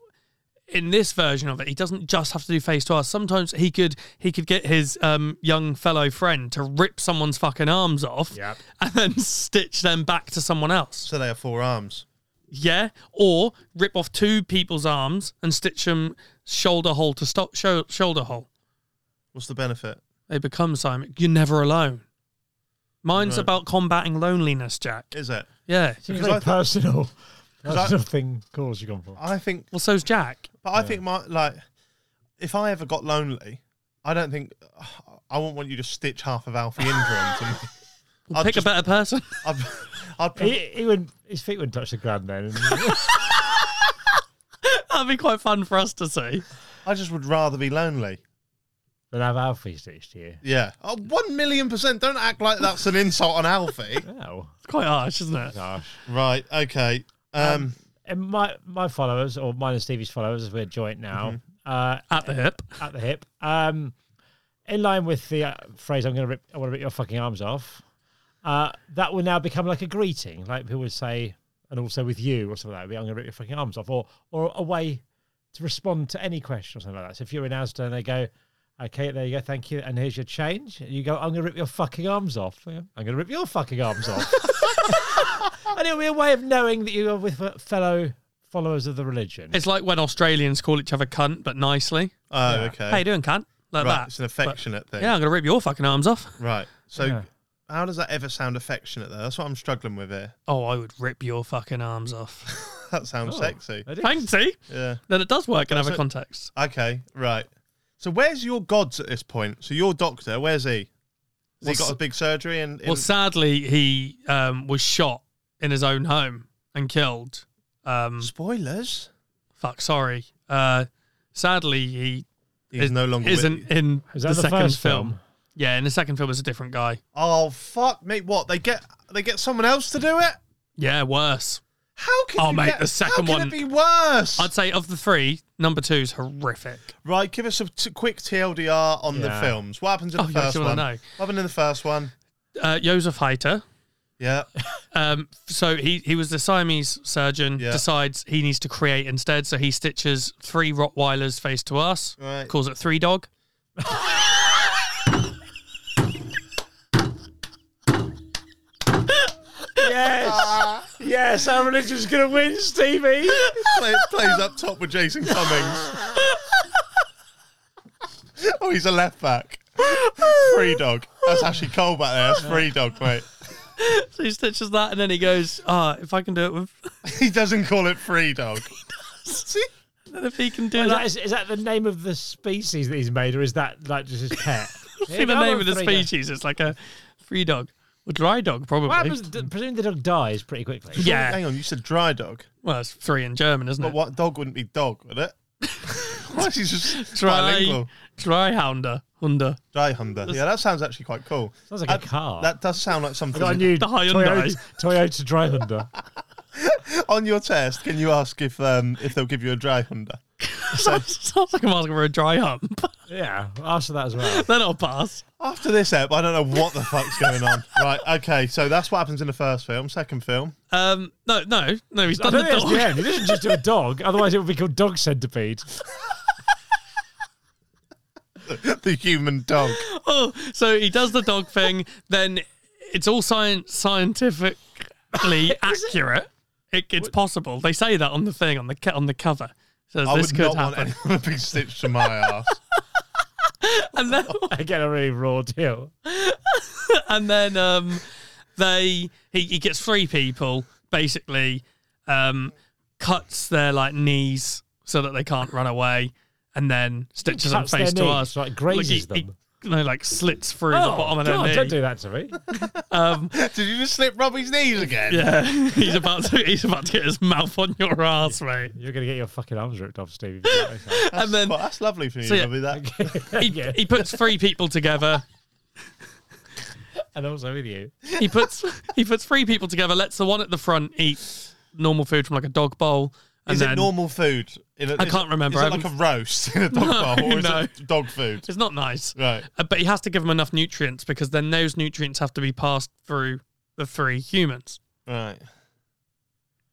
in this version of it, he doesn't just have to do face to ass. Sometimes he could he could get his um, young fellow friend to rip someone's fucking arms off
Yep.
(laughs) and then stitch them back to someone else.
So they have four arms.
Yeah, or rip off two people's arms and stitch them shoulder hole to sto- sho- shoulder hole.
What's the benefit?
They become Simon. You're never alone. Mine's
Right.
about combating loneliness, Jack.
Is it?
Yeah.
Seems
Because
like
I
a
th- (laughs)
personal.
I-
Personal thing cause you've gone for.
I think
Well, so's Jack.
But I think my like, if I ever got lonely, I don't think I wouldn't want you to stitch half of Alfie Indra into (laughs) me. I'd
Pick
just-
a better person.
I'd, I'd pro-
He, he wouldn't, his feet wouldn't touch the ground then. (laughs)
That'd be quite fun for us to see.
I just would rather be lonely.
then have Alfie stitched to you.
Yeah, oh, one million percent. Don't act like that's an insult on Alfie.
Wow.
It's quite harsh, isn't it?
Gosh.
(laughs) right. Okay. Um.
And my, my followers, or mine and Stevie's followers, as we're joint now,
Mm-hmm.
uh,
At the hip.
at the hip. Um, in line with the uh, phrase, "I'm going to rip, I want to rip your fucking arms off," uh, that will now become like a greeting, like people would say, and also with you or something like that. "I'm going to rip your fucking arms off," or or a way to respond to any question or something like that. So if you're in Asda and they go, "Okay, there you go, thank you, and here's your change," you go, "I'm going to rip your fucking arms off." They go, I'm going to rip your fucking arms off. (laughs) and it'll be a way of knowing that you are with uh, fellow followers of the religion.
It's like when Australians call each other cunt, but nicely.
oh, okay.
How you doing, cunt? Like
right.
that.
It's an affectionate thing.
Yeah, I'm gonna rip your fucking arms off.
Right. So,
Yeah.
How does that ever sound affectionate though? That's what I'm struggling with here. (laughs)
Oh, I would rip your fucking arms off.
That
Oh.
sounds sexy.
That is-
Thanks, see?
Yeah.
Then it does work in
Does
other
it?
contexts.
Okay. Right. So where's your gods at this point? So your doctor, where's he? Has
Well,
he got
s-
a big surgery and
Well, sadly, he um, was shot in his own home and killed. Um,
spoilers?
fuck, sorry. Uh, sadly, he
He's
is-
no longer with
isn't
you.
in
Is
the,
that the
second
first
film.
film?
Yeah, in the second film, it's a different guy.
Oh fuck me! What they get? They get someone else to do it?
Yeah, worse.
How can
Oh,
you
mate,
get-
the second
how
one-
can it be worse?
I'd say of the three, number two's horrific.
Right, give us a t- quick TLDR on
Yeah.
the films. What happens in
Oh,
the
you
first
actually
one?
wanna know.
What happened in the first one?
Uh, Joseph Heiter.
Yeah,
Um, so he, he was the Siamese surgeon,
Yeah.
decides he needs to create instead. So he stitches three Rottweilers face to us,
Right.
calls it Three Dog.
Yes. yes, our religion's going to win,
(laughs)
Stevie.
Play, plays up top with Jason Cummings. oh, he's a left back. Free dog. That's actually Cole back there. That's free dog, mate.
So he stitches that and then he goes, Ah, if I can do it with. (laughs)
He doesn't call it free dog.
Then if he can do
Is
that.
that, is, is that the name of the species that he's made, or is that like just his
(laughs)
pet?
See the name of the species. It's like a free dog or dry dog, probably.
What happens? d- Presumably the dog dies pretty quickly.
yeah.
Hang on, you said dry dog,
Well, it's three in German, isn't
but
it?
what dog wouldn't be dog, would it? (laughs) Why is he just
Dry,
bilingual?
dry hounder,
(laughs)
hunder.
Dry Honda. Yeah, that sounds actually quite cool.
Sounds like a
That-
car.
That does sound like
I
something.
got
(laughs)
a new
The
Toyota,
Hyundai.
Toyota dry Hyundai.
On your test, can you ask if um, if they'll give you a dry Honda?
(laughs) sounds, sounds like I'm asking for a dry hump. (laughs)
Yeah, after that as well.
then I'll pass.
After this ep, I don't know what the fuck's going (laughs) on. right, okay, so that's what happens in the first film. Second film,
Um, no, no, no. He's
I
done the
don't think that's
dog.
the end. He doesn't just do a dog, otherwise it would be called dog centipede. (laughs)
the human dog.
Oh, so he does the dog (laughs) thing. Then it's all scien-
(laughs)
scientifically accurate. It, it's possible. They say that on the thing on the co- on the cover. Says
I
this
would
could
not
happen.
want anyone to be stitched to my ass.
And then (laughs)
I get a really raw deal.
and then um, they he, he gets three people basically um, cuts their like knees so that they can't run away, and then stitches them
cuts their
face to
knees,
us.
like grazes
Like, he-
them.
He,
Oh,
no, like slits through the bottom of their
God,
knee.
don't do that
(laughs)
to me.
Um,
(laughs) Did you just slip Robbie's knees again?
yeah, (laughs) he's about to he's about to get his mouth on your ass, mate.
You're going to get your fucking arms ripped off, Stevie. (laughs) if you do that.
And then
Well, that's lovely for you,
So, yeah.
Robbie. That
he,
Yeah.
he puts three people together.
and also with you.
he puts he puts three people together. Lets the one at the front eat normal food from like a dog bowl. And
is
then,
it normal food? In a,
I
is
can't
it-
remember,
Is
I
it like a roast
(laughs)
in a dog
No,
bowl, or is
no.
it dog food?
It's not nice.
Right.
Uh, but he has to give them enough nutrients because then those nutrients have to be passed through the three humans.
Right.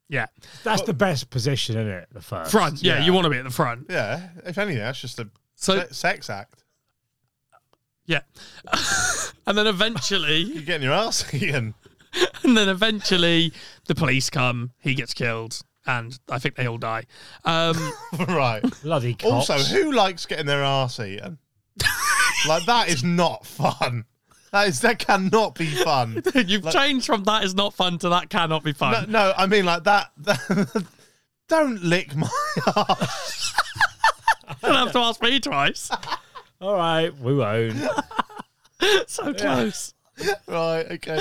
Yeah,
That's the best position, isn't it? The first.
front. Yeah,
Yeah.
you want to be at the front.
Yeah. If anything, that's just a
So
se- sex act.
yeah, (laughs) and then eventually,
You're getting your ass (laughs) eaten.
and then eventually, the police come. He gets killed, and I think they all die. Um,
right.
Bloody cops.
Also, who likes getting their ass eaten? like that is not fun. That is that cannot be
(laughs)
fun.
you've changed from that is not fun to that cannot be fun.
No, no, I mean like that. that (laughs) don't lick my ass.
You don't have to ask me
(laughs)
twice. (laughs)
All right, we won't. (laughs)
so close.
Right. Okay.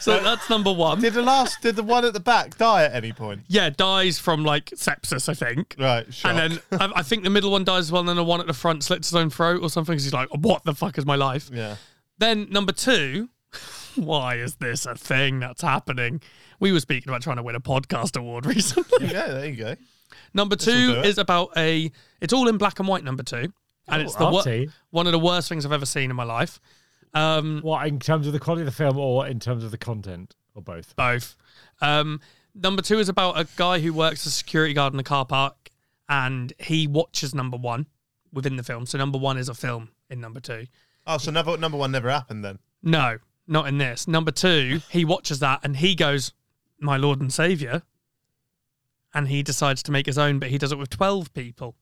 So that's number one.
Uh, Did the last? Did the one at the back die at any point?
Yeah, dies from like sepsis, I think.
Right. Sure.
And then I, I think the middle one dies as well, and then the one at the front slits his own throat or something 'cause he's like, what the fuck is my life?
Yeah.
Then number two, (laughs) why is this a thing that's happening? We were speaking about trying to win a podcast award (laughs) recently.
Yeah. There you go.
number two
do it.
is about a, it's all in black and white, number two. And
Oh,
it's the wor-
arty.
one of the worst things I've ever seen in my life. Um,
What in terms of the quality of the film, or in terms of the content, or both?
both. Um, number two is about a guy who works as a security guard in a car park and he watches number one within the film. So number one is a film in number two.
Oh, so number number one never happened then.
No, not in this. Number two, he watches that and he goes, My Lord and Savior. And he decides to make his own, but he does it with 12 people.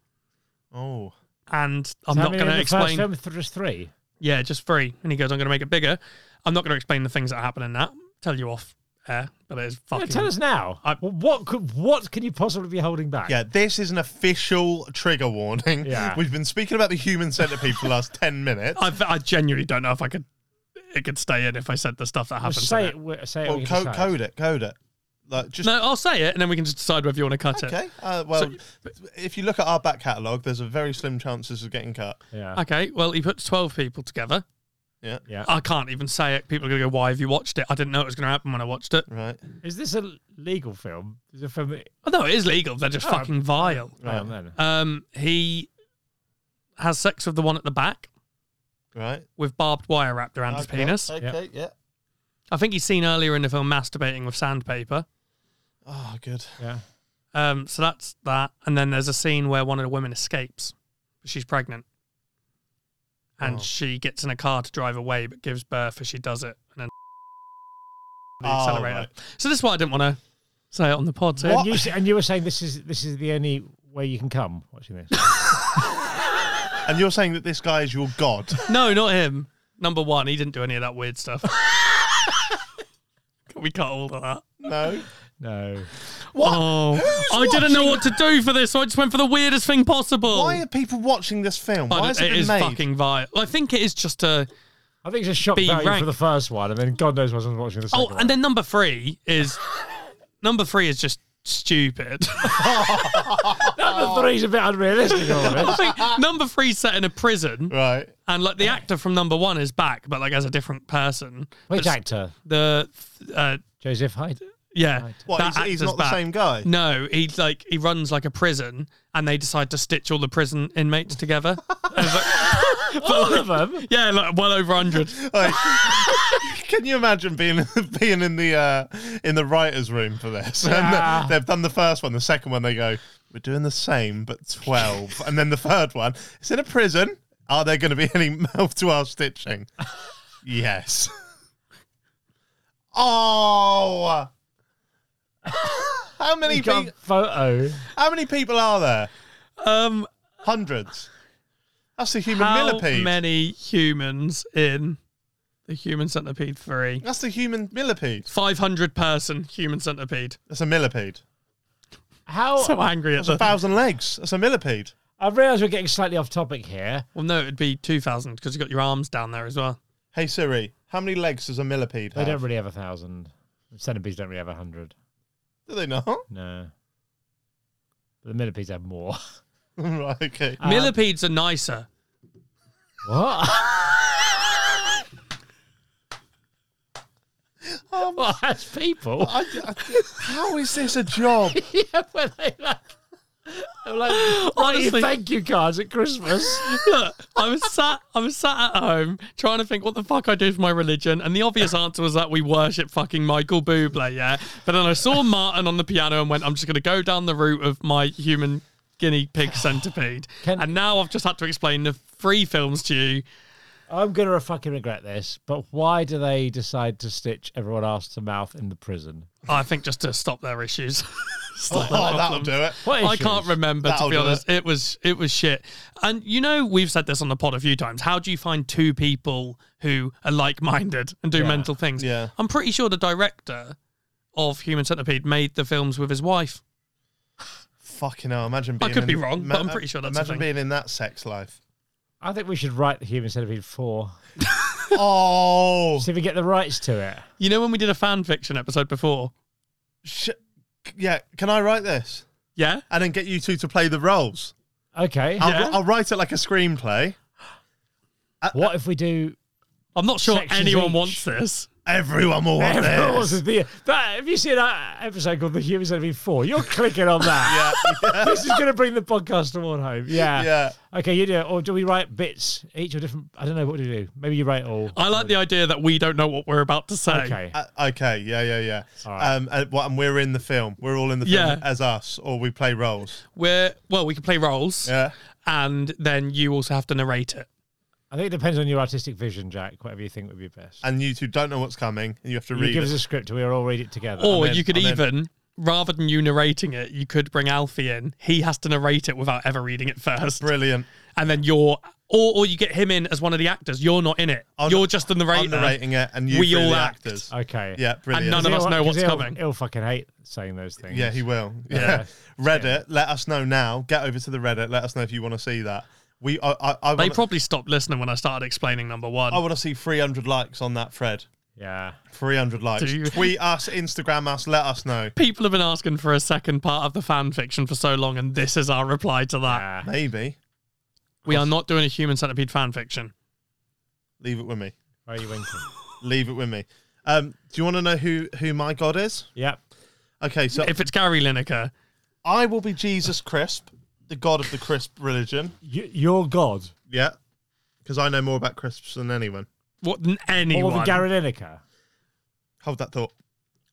Oh.
And I'm
So how
not
many
going to
in the First
explain.
film, Th- just three.
yeah, just free. And he goes, I'm going to make it bigger. I'm not going to explain the things that happen in that. Tell you off air, but it is
Yeah,
fucking.
tell us now. Well, what could what can you possibly be holding back?
Yeah, this is an official trigger warning.
Yeah.
We've been speaking about the human centipede for the last 10 minutes.
I, I genuinely don't know if I could. It could stay in if I said the stuff that
Well,
happens.
say
in
it. w- Say it.
well,
we can
co-
decide.
code it, code it. Like, just
No, I'll say it, and then we can just decide whether you want to cut
okay. Uh, well,
So-
if you look at our back catalogue, there's a very slim chances of getting cut.
Yeah.
it. Okay. Well, he puts twelve people together.
Yeah,
yeah.
I can't even say it. People are gonna go, "Why have you watched it?" I didn't know it was gonna happen when I watched it.
right.
Is this a legal film? Is it from?
Oh, no, it is legal. They're just
Oh.
fucking vile.
Right. Then.
Um, he has sex with the one at the back
Right.
with barbed wire wrapped around his
Okay,
penis.
Okay, yeah.
I think he's seen earlier in the film masturbating with sandpaper.
Oh, good.
Yeah.
Um, so that's that. And then there's a scene where one of the women escapes. She's pregnant. And
Oh.
she gets in a car to drive away, but gives birth as she does it. And then the
Oh,
accelerator.
right.
So this is why I didn't want to say it on the pod. So
And you, s- and you were saying this is this is the only way you can come
(laughs)
watching this.
And you're saying that this guy is your
(laughs)
god?
No, not him. Number one, he didn't do any of that weird
(laughs)
stuff. Can we cut all of that?
no.
no.
What?
Oh, I didn't know what to do for this, so I just went for the weirdest thing possible.
Why are people watching this film?
I
Why
don't-
has it,
Oh. it
been
is
made?
fucking vile. I think it is just a.
I think it's a shock
Be
value
rank.
for the first one, and then God knows what's watching the second
Oh,
one.
and then number three is number three is just stupid. (laughs)
Oh.
Number three's a bit unrealistic. all of
I (laughs)
it.
think number three's set in a prison,
Right.
and like the actor from number one is back, but like as a different person.
Which
But s-
actor?
The uh,
Joseph Hyde.
yeah,
What?
that
He's, he's
actor's
not the
back.
same guy.
No, he like he runs like a prison, and they decide to stitch all the prison inmates
(laughs)
together. And it's like-
All of them.
yeah, like well over hundred.
Like, can you imagine being (laughs) being in the uh, in the writers' room for this? (laughs)
Yeah.
And they've done the first one. The second one, they go, "We're doing the same, but 12. and then the third one, it's in a prison. Are there going to be any (laughs) mouth-to-mouth stitching? (laughs) yes. (laughs) oh, (laughs) how many
You got
pe-
a photo.
how many people are there?
Um,
Hundreds. That's the human
how
millipede.
many humans in the Human Centipede three?
That's the human millipede.
Five hundred person Human Centipede.
That's a millipede.
How?
So angry at
It's a
the.
thousand legs. That's a millipede.
I realise we're getting slightly off topic here.
Well, no, it'd be two thousand because you got your arms down there as well.
Hey Siri, how many legs does a millipede
They
have?
don't really have a thousand. Centipedes don't really have a hundred.
Do they not? (laughs)
No. But the millipedes have more. (laughs)
right, okay.
Um,
Millipedes are nicer.
What?
Um,
well, that's people.
I- I- how is this a (laughs) job?
yeah, when they like, they're (laughs) like
Honestly-
honestly, thank you cards at Christmas.
(laughs) Look, I was sat I was sat at home trying to think what the fuck I do for my religion, and the (laughs) obvious answer was that we worship fucking Michael Bublé, yeah. But then I (laughs) saw Martin on the piano and went, I'm just gonna go down the route of my human guinea (sighs) pig centipede.
Can-
and now I've just had to explain the three films to you.
I'm gonna fucking regret this, but why do they decide to stitch everyone else to mouth in the prison?
I think just to stop their issues. (laughs)
oh,
Stop their
that'll
problems.
do it.
What
I
issues?
can't remember
That'll
to be
do
honest. It. was it was shit. And you know we've said this on the pod a few times. How do you find two people who are like-minded and do mental things?
Yeah.
I'm pretty sure the director of Human Centipede made the films with his wife.
Fucking hell! Imagine
I
being.
could
in- uh,
be wrong, but I'm pretty sure that's a
Imagine
thing.
being in that sex life. (laughs)
I think we should write Human Centipede 4.
oh,
See if we get the rights to it.
You know when we did a fan fiction episode before?
sh- yeah. Can I write this
Yeah?
and then get you two to play the roles?
Okay.
I'll,
Yeah.
I'll write it like a screenplay.
what if we do
I'm not sure
Sections
anyone
each.
wants this.
Everyone will want
Everyone
this. (laughs)
wants to be- that, have you seen that episode called The Human Centipede 4? You're clicking on
(laughs)
that. This is going to bring the podcast toward home. Yeah.
Yeah.
Okay, you do it. Or do we write bits, each or different? I don't know. What do we do? Maybe you write all.
I like the idea that we don't know what we're about to say.
Okay.
Uh, okay, yeah, yeah, yeah.
right.
Um, and, what- and we're in the film. We're all in the film
Yeah.
as us, or we play roles.
We're well, we can play roles
Yeah.
and then you also have to narrate it.
I think it depends on your artistic vision, Jack. Whatever you think would be best.
And you two don't know what's coming, and you have to
You
read.
give
it.
us a script and we'll all read it together.
Or
in,
you could
I'm in.
even rather than you narrating it, you could bring Alfie in. He has to narrate it without ever reading it first.
Brilliant.
And then you're, or, or you get him in as one of the actors. You're not in it.
I'll-
you're just the narrator.
I'm narrating it, and you
We
three
all
the
act.
actors.
Okay.
Yeah, brilliant.
none of us know what's coming.
He'll fucking hate saying those things.
Yeah, he will. Yeah. (laughs) Reddit, let us know now. Get over to the Reddit. Let us know if you want to see that. We, I, I, I
They
want,
probably stopped listening when I started explaining number one.
I want to see 300 likes on that thread.
Yeah.
300 likes.
Do you- (laughs)
Tweet us, Instagram us, let us know.
People have been asking for a second part of the fan fiction for so long, and this is our reply to that.
Yeah.
Maybe
We are not doing a human centipede fan fiction.
leave it with me.
Why are you winking?
Leave it with me. Um, do you want to know who who my god is?
yep.
Okay, so
If it's Gary Lineker,
I will be Jesus Crisp, the god of the crisp religion.
Y- your god.
Yeah, because I know more about crisps than anyone.
what than
More
anyone?
than Gary Lineker.
Hold that thought.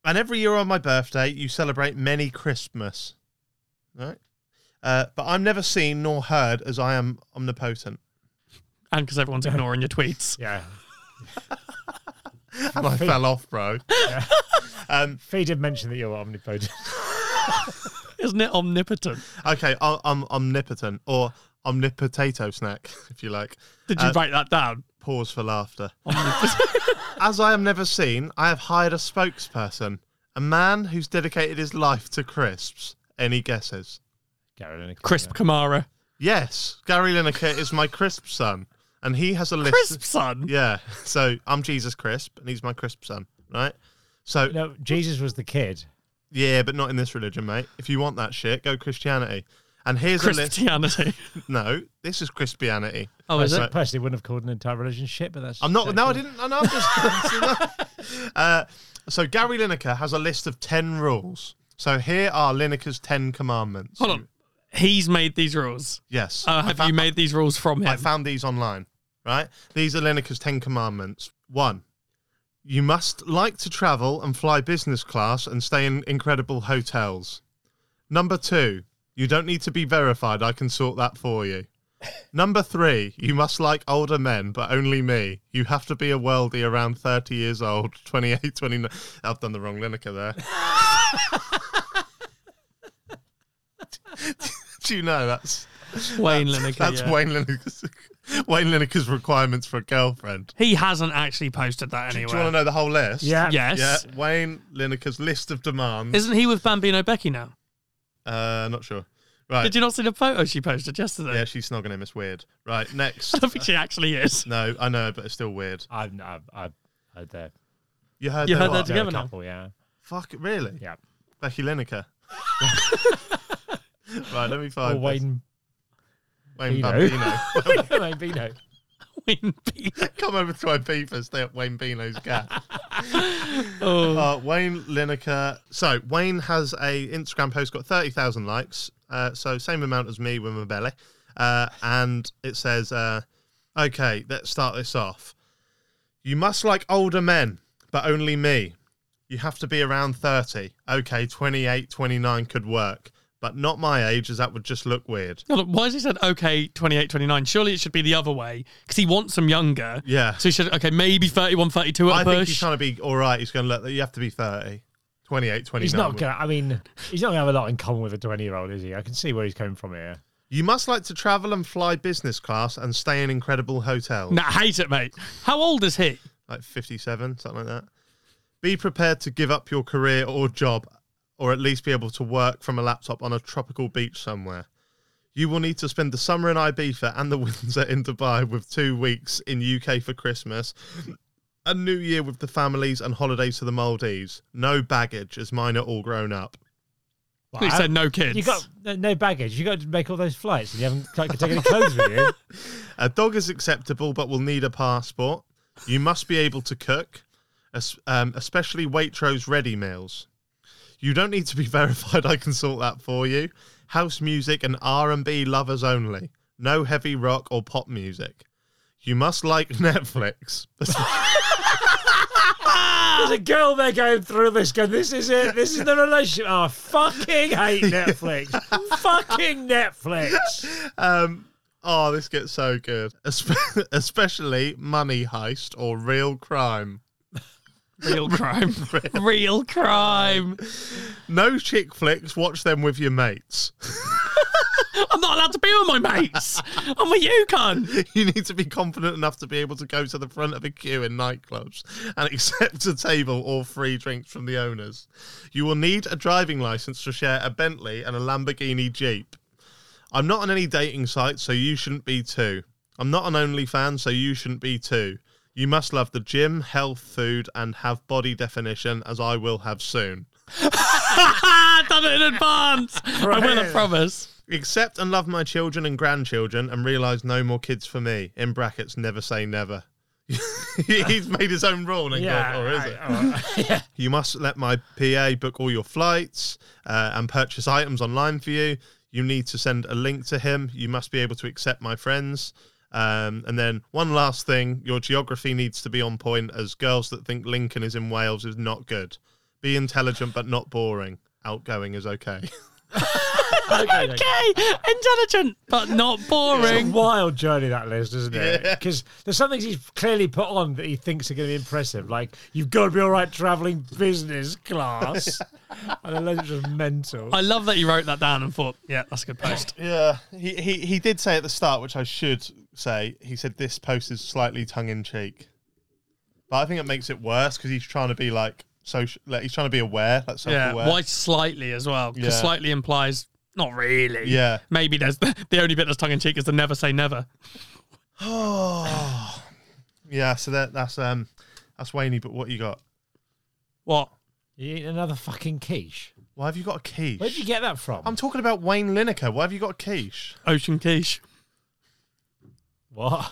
And every year on my birthday, you celebrate many Christmas, right? Uh, but I'm never seen nor heard as I am omnipotent.
and because everyone's ignoring your tweets.
Yeah.
And I fell off, bro.
Fee did mention that you're omnipotent.
Isn't it omnipotent?
Okay, I- I'm omnipotent or omnipotato snack, (laughs) if you like.
Did you
Uh,
write that down?
Pause for laughter. (laughs) As I am never seen, I have hired a spokesperson, a man who's dedicated his life to crisps. Any guesses?
(laughs) Gary Lineker.
Crisp Kamara.
Yes, Gary Lineker is my crisp son, and he has a list.
Crisp son.
Yeah. (laughs) So I'm Jesus Crisp, and he's my crisp son, right? So
yeah. No, Jesus was the kid.
yeah, but not in this religion, mate. If you want that shit, go Christianity. And here's a
Christianity.
list. No, this is Crispianity.
(laughs) Oh, is it?
Personally, wouldn't have called an entire religion shit, but that's.
I'm not.
that's
No, I
cool.
didn't. I know. I'm (laughs) just- uh, so Gary Lineker has a list of ten rules. So here are Lineker's ten commandments.
Hold on. He's made these rules.
Yes.
Uh, have you made these rules from him?
I found these online, right? These are Lineker's 10 commandments. One, you must like to travel and fly business class and stay in incredible hotels. Number two, you don't need to be verified. I can sort that for you. Number three, you must like older men, but only me. You have to be a worldie around 30 years old, (laughs) 28, 29. I've done the wrong
(laughs)
Lineker there. (laughs) Do you know that's
Wayne Lineker.
that's
yeah.
Wayne Lineker's, (laughs) Wayne Lineker's requirements for a girlfriend.
He hasn't actually posted that
Do you
anywhere.
want to know the whole list?
Yeah.
Yes.
Yeah. Wayne Lineker's list of demands.
Isn't he with Bambino Becky now?
uh, not sure. Right.
Did you not see the photo she posted yesterday?
yeah, she's snogging him. It's weird. Right. Next.
(laughs) I don't think she actually is. (laughs)
no, I know, but it's still weird.
I'm. I'm. I'm I there.
You heard
You
that?
heard that
what?
too? Together
a
now.
couple, yeah.
Fuck, really?
Yeah.
(laughs)
Becky Lineker. right, let me
Or
find this.
(laughs) Wayne.
Wayne
Bino.
(laughs)
Bambino.
Wayne Bino.
Wayne Beano.
Come over to my beaver, stay at Wayne Bino's gap.
Oh.
Uh, Wayne Lineker. So Wayne has a Instagram post got thirty thousand likes. Uh, so same amount as me with my belly. Uh, and it says, uh, "Okay, let's start this off. You must like older men, but only me. You have to be around thirty. Okay, 28, 29 could work, but not my age, as that would just look weird.
No, look, why has he said okay 28, 29? Surely it should be the other way because he wants them younger.
Yeah.
So he should, okay, maybe 31, 32 at
I
a
think he's
push.
trying to be all right. He's going to let you have to be 30, 28, 29.
He's
would-
not gonna. I mean, he's not gonna have a lot in common with a twenty-year-old, is he? I can see where he's coming from here.
You must like to travel and fly business class and stay in incredible hotels.
Nah, hate it, mate. How old is he?
like 57, something like that. Be prepared to give up your career or job, or at least be able to work from a laptop on a tropical beach somewhere. You will need to spend the summer in Ibiza and the (laughs) winter in Dubai with two weeks in UK for Christmas, a new year with the families and holidays to the Maldives. No baggage, as mine are all grown up.
Well,
He
I-
said no kids.
You got no- no baggage. You got to make all those flights, and you haven't got to take any clothes with you.
A dog is acceptable, but will need a passport. You must be able to cook, es- um, especially Waitrose ready meals. You don't need to be (laughs) verified. I can sort that for you. House music and R&B lovers only. No heavy rock or pop music. You must like (laughs) Netflix.
There's a girl there going through this, going, "This is it. This is the relationship." Oh, I
(laughs)
fucking hate Netflix. fucking Netflix.
um, oh, this gets so (laughs) good. Espe- especially money heist or real crime.
(laughs) Real crime. Real crime.
No chick flicks. Watch them with your mates.
I'm not allowed to be with my mates. I'm a you cunt. (laughs)
(laughs) You need to be confident enough to be able to go to the front of a queue in nightclubs and (laughs) accept a table or free drinks from the owners. You will need a driving license to share a Bentley and a Lamborghini Jeep. I'm not on any dating site, so you shouldn't be too. I'm not on OnlyFans, so you shouldn't be too. You must love the gym, health, food, and have body definition, as I will have soon.
I've done it in advance. I will, I promise.
Accept and love my children and grandchildren and realise no more kids for me. In brackets, never say never. (laughs) He's made his own rule and gone, or is it? You must let my PA book all your flights uh, and purchase items online for you. You need to send a link to him. You must be able to accept my friends. Um, and then one last thing your geography needs to be on point, as girls that think Lincoln is in Wales is not good. Be intelligent but not boring. Outgoing is okay. (laughs)
Okay. okay.
Okay, intelligent, but not boring.
Wild journey that list, isn't it? Because there's some things he's clearly put on that he thinks are going to be impressive, like you've got to be all right traveling
(laughs)
business class, and then loads of mental.
I love that you wrote that down and thought, (laughs) yeah, that's a good post.
Yeah, he, he he did say at the start, which I should say, he said this post is slightly tongue in cheek, but I think it makes it worse because he's trying to be like social, like he's trying to be aware, like
Yeah,
self-aware.
why slightly as well? Because
Yeah.
slightly implies not really.
Yeah.
Maybe there's the, the only bit that's tongue in cheek is the never say never.
(sighs) Yeah, so that that's um that's Wayne. But what you got?
What?
You eat another fucking quiche.
Why have you got a quiche?
Where did you get that from?
I'm talking about Wayne Lineker. Why have you got a quiche?
Ocean quiche.
what?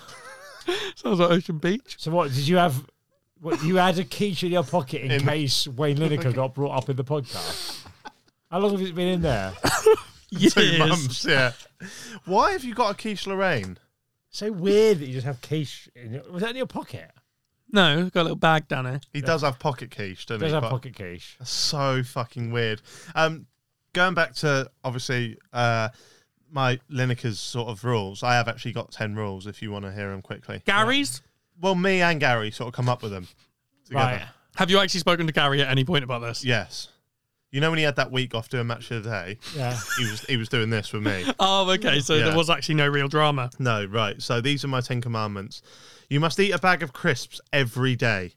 Sounds like Ocean Beach.
So what did you have? What you had a quiche in your pocket in,
In-
case Wayne Lineker got brought up in the podcast. How long has it been in there?
Years.
Two months. Yeah. (laughs) Why have you got a quiche, Lorraine?
So weird that you just have quiche. In your, was that in your pocket?
No, got a little bag down here.
He does have pocket quiche, doesn't
Does
he?
have
But-
pocket quiche?
That's so fucking weird. Um, going back to obviously uh, my Lineker's sort of rules, I have actually got 10 rules if you want to hear them quickly.
Gary's?
Well, me and Gary sort of come up with them together.
Right.
Have you actually spoken to Gary at any point about this?
Yes. You know when he had that week off doing match of the day,
Yeah.
he was he was doing this with me.
Oh, okay. So
Yeah.
there was actually no real drama.
No, right. So these are my Ten Commandments. You must eat a bag of crisps every day.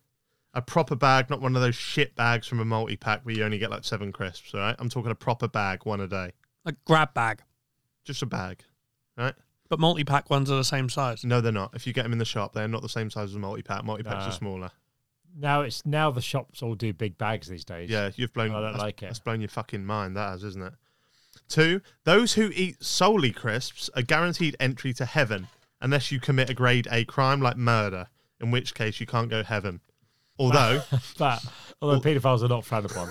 A proper bag, not one of those shit bags from a multi pack where you only get like seven crisps, all right? I'm talking a proper bag, one a day.
A grab bag.
Just a bag, all right?
But multi pack ones are the same size.
No, they're not. If you get them in the shop, they're not the same size as a multi pack. Multi packs
Nah.
are smaller.
Now it's now the shops all do big bags these days.
Yeah, you've blown.
I don't
that's-
like it.
That's blown your fucking mind. That has, isn't it? Two. Those who eat solely crisps are guaranteed entry to heaven, unless you commit a grade A crime like murder, in which case you can't go heaven. Although, (laughs)
But although paedophiles are not frowned upon.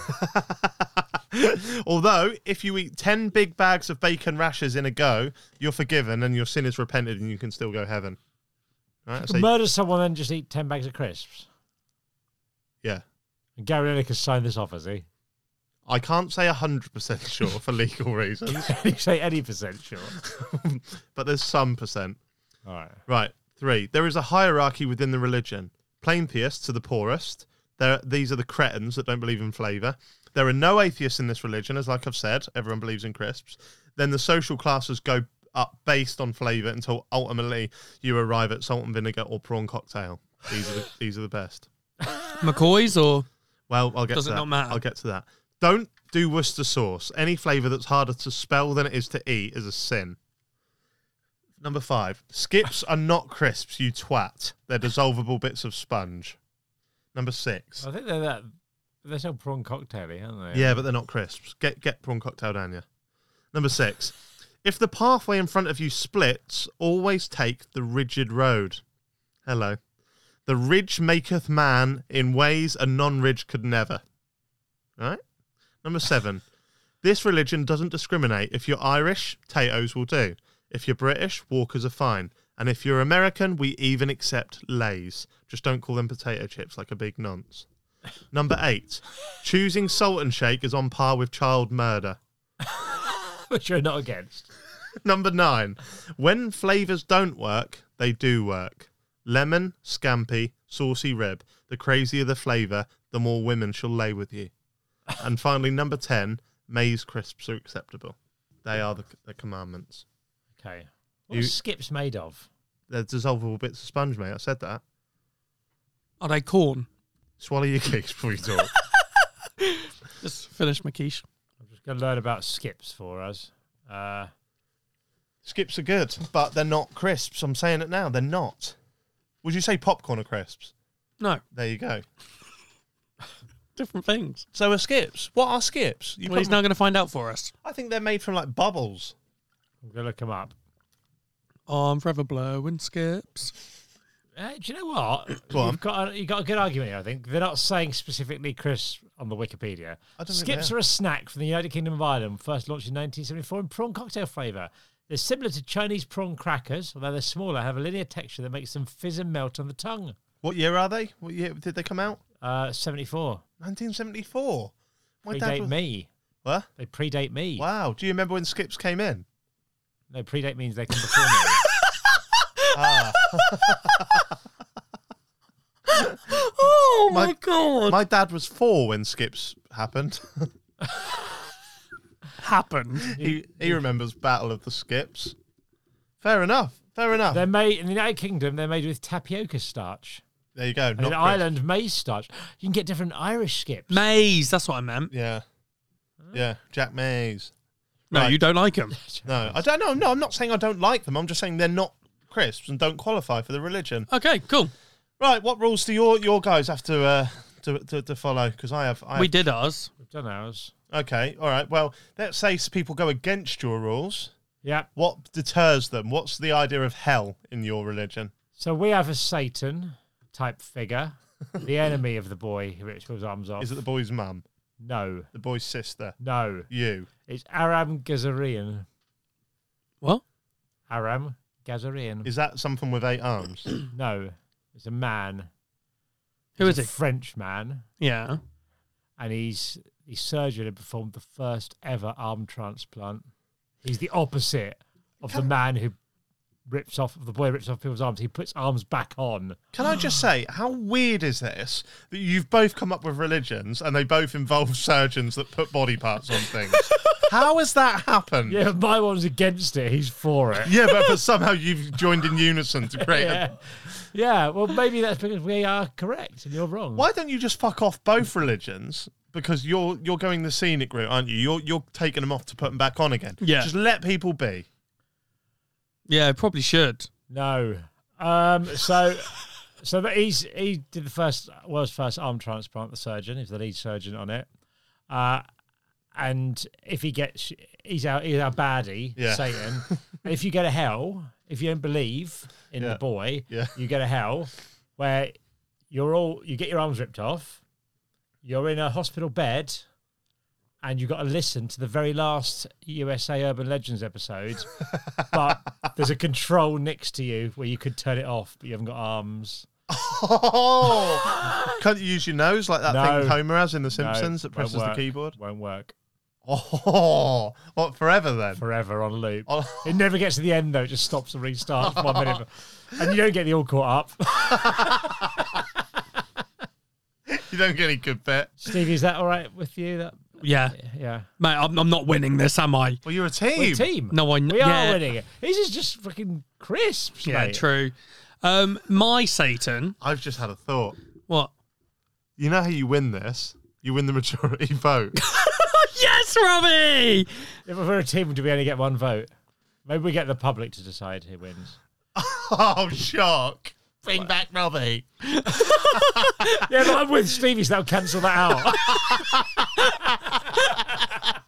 although if you eat ten big bags of bacon rashers in a go, you're forgiven and your sin is repented, and you can still go heaven. Right? So,
Murder someone and just eat ten bags of crisps.
yeah.
And Gary Lineker signed this off, has he? (laughs)
I can't say 100% sure for legal reasons,
Did he say any percent sure?
(laughs) but there's some percent.
All right.
Right. Three. There is a hierarchy within the religion. Plain theists to the poorest. There, these are the cretins that don't believe in flavour. There are no atheists in this religion, as like I've said, everyone believes in crisps. Then the social classes go up based on flavour until ultimately you arrive at salt and vinegar or prawn cocktail. These are the, these are the best.
McCoy's or
Well, I'll get
Does
to
it
that.
not matter?
I'll get to that. Don't do Worcester sauce. Any flavour that's harder to spell than it is to eat is a sin. Number five. Skips are not crisps, you twat. They're dissolvable bits of sponge. Number six.
I think they're that. They're so prawn cocktaily, aren't they?
Yeah, but they're not crisps. Get get prawn cocktail down here. Number six. If the pathway in front of you splits, always take the rigid road. Hello. The ridge maketh man in ways a non ridge could never. Right? Number seven. This religion doesn't discriminate. If you're Irish, Tato's will do. If you're British, Walkers are fine. And if you're American, we even accept Lays. Just don't call them potato chips like a big nonce. Number eight, choosing salt and shake is on par with child murder.
(laughs)
(laughs)
Which you're not against.
Number nine, when flavours don't work, they do work. Lemon, scampi, saucy rib. The crazier the flavour, the more women shall lay with (laughs) you. And finally, number 10, maize crisps are acceptable. They are the, the commandments.
Okay. What's
You-
skips made of?
They're dissolvable bits of sponge, mate. I said that.
Are they corn?
Swallow your (laughs) cakes before you talk.
Just finish my quiche.
I'm just going to learn about skips for us. Uh,
Skips are good, but they're not crisps. I'm saying it now. They're not. Would you say popcorn are crisps?
No,
There you go.
different things.
So are skips. What are skips? You
Well, he's
probably-
now going to find out for us.
I think they're made from like bubbles.
I'm going to look them up.
I'm forever blowing skips.
Uh, do you know what?
(coughs) Go on.
You've got a, you got a good argument here, I think. They're not saying specifically crisps on the Wikipedia.
I don't think they
Skips
are.
are a snack from the United Kingdom of Ireland, first launched in 1974 in prawn cocktail flavour. They're similar to Chinese prawn crackers, although they're smaller, have a linear texture that makes them fizz and melt on the tongue.
What year are they? What year did they come out?
Uh, 74.
1974. My dad
predate
was-
me.
What?
They predate me.
Wow. Do you remember when skips came in?
No, predate means they come before me. (laughs)
Ah.
Oh
My-
my, god!
My dad was four when skips happened. (laughs)
happened.
he he remembers Battle of the Skips. Fair enough. Fair enough.
They're made in the United Kingdom. They're made with tapioca starch,
there you go.
and
Not
in
crisp.
Ireland, maize starch. You can get different Irish skips.
Maze. That's what I meant.
Yeah. Yeah. Jack Mays.
No,
Right.
you don't like him.
No, I don't know. No, I'm not saying I don't like them. I'm just saying they're not crisps and don't qualify for the religion.
Okay, cool.
Right. What rules do your your guys have to uh, to, to to follow? Because I have. I
We
have-
did ours.
We've done ours.
Okay. All right. Well, let's say s- people go against your rules.
Yeah.
What deters them? What's the idea of hell in your religion?
So we have a Satan type figure,
(laughs)
the enemy of the boy who rips people's arms off.
Is it the boy's mum,
no,
the boy's sister,
no.
you?
It's Aram Gazarian.
What?
Aram Gazarian.
Is that something with eight arms?
(clears throat) (coughs) no, it's a man.
Who
He's
is
a
he?
French man,
Yeah.
and he's the surgeon who performed the first ever arm transplant. He's the opposite of the man who rips off the boy rips off people's arms. He puts arms back on.
Can I just say how weird is this that you've both come up with religions and they both involve surgeons that put body parts on
(laughs)
things? how has that happened?
Yeah, but my one's against it. He's for
(laughs)
it.
Yeah, but, but somehow you've joined in unison
(laughs)
to create.
yeah.
A,
yeah, well, maybe that's because we are correct and you're wrong.
why don't you just fuck off both religions? Because you're you're going the scenic route, aren't you? You're you're taking them off to put them back on again.
Yeah.
just let people be.
Yeah, probably should.
No. Um, so, so that he's he did the first world's first arm transplant. The surgeon is the lead surgeon on it, uh, and if he gets, he's our he's our baddie,
Yeah.
Satan. and if you go to hell, if you don't believe in
Yeah.
the boy,
Yeah.
you go to hell, where you're all you get your arms ripped off, you're in a hospital bed. And you've got to listen to the very last USA Urban
(laughs)
Legends episode but there's a control next to you where you could turn it off, but you haven't got arms.
Oh, can't you use your nose like that
No.
thing Homer has in The
No,
Simpsons
won't
that presses the
work,
keyboard?
Won't work
Oh, what forever then?
forever on loop.
Oh.
It never gets to the end though; it just stops
(laughs)
and restarts one minute, and you don't get the all caught up.
You don't get any good bet.
Stevie, is that all right with you? That
Yeah,
yeah,
mate. I'm, I'm not winning this, am I?
Well, you're a
We're a
team.
team.
No, I kn-
we
yeah.
are winning it. This is just fucking crisps,
Yeah,
mate.
true. Um, my Satan.
I've just had a thought.
What?
You know how you win this? You win the majority (laughs) vote.
(laughs) Yes, Robbie.
If we're a team, do we only get one vote? Maybe we get the public to decide
(laughs)
who wins.
oh, shock. Bring back Robbie.
yeah, but I'm with Stevie, so that'll cancel that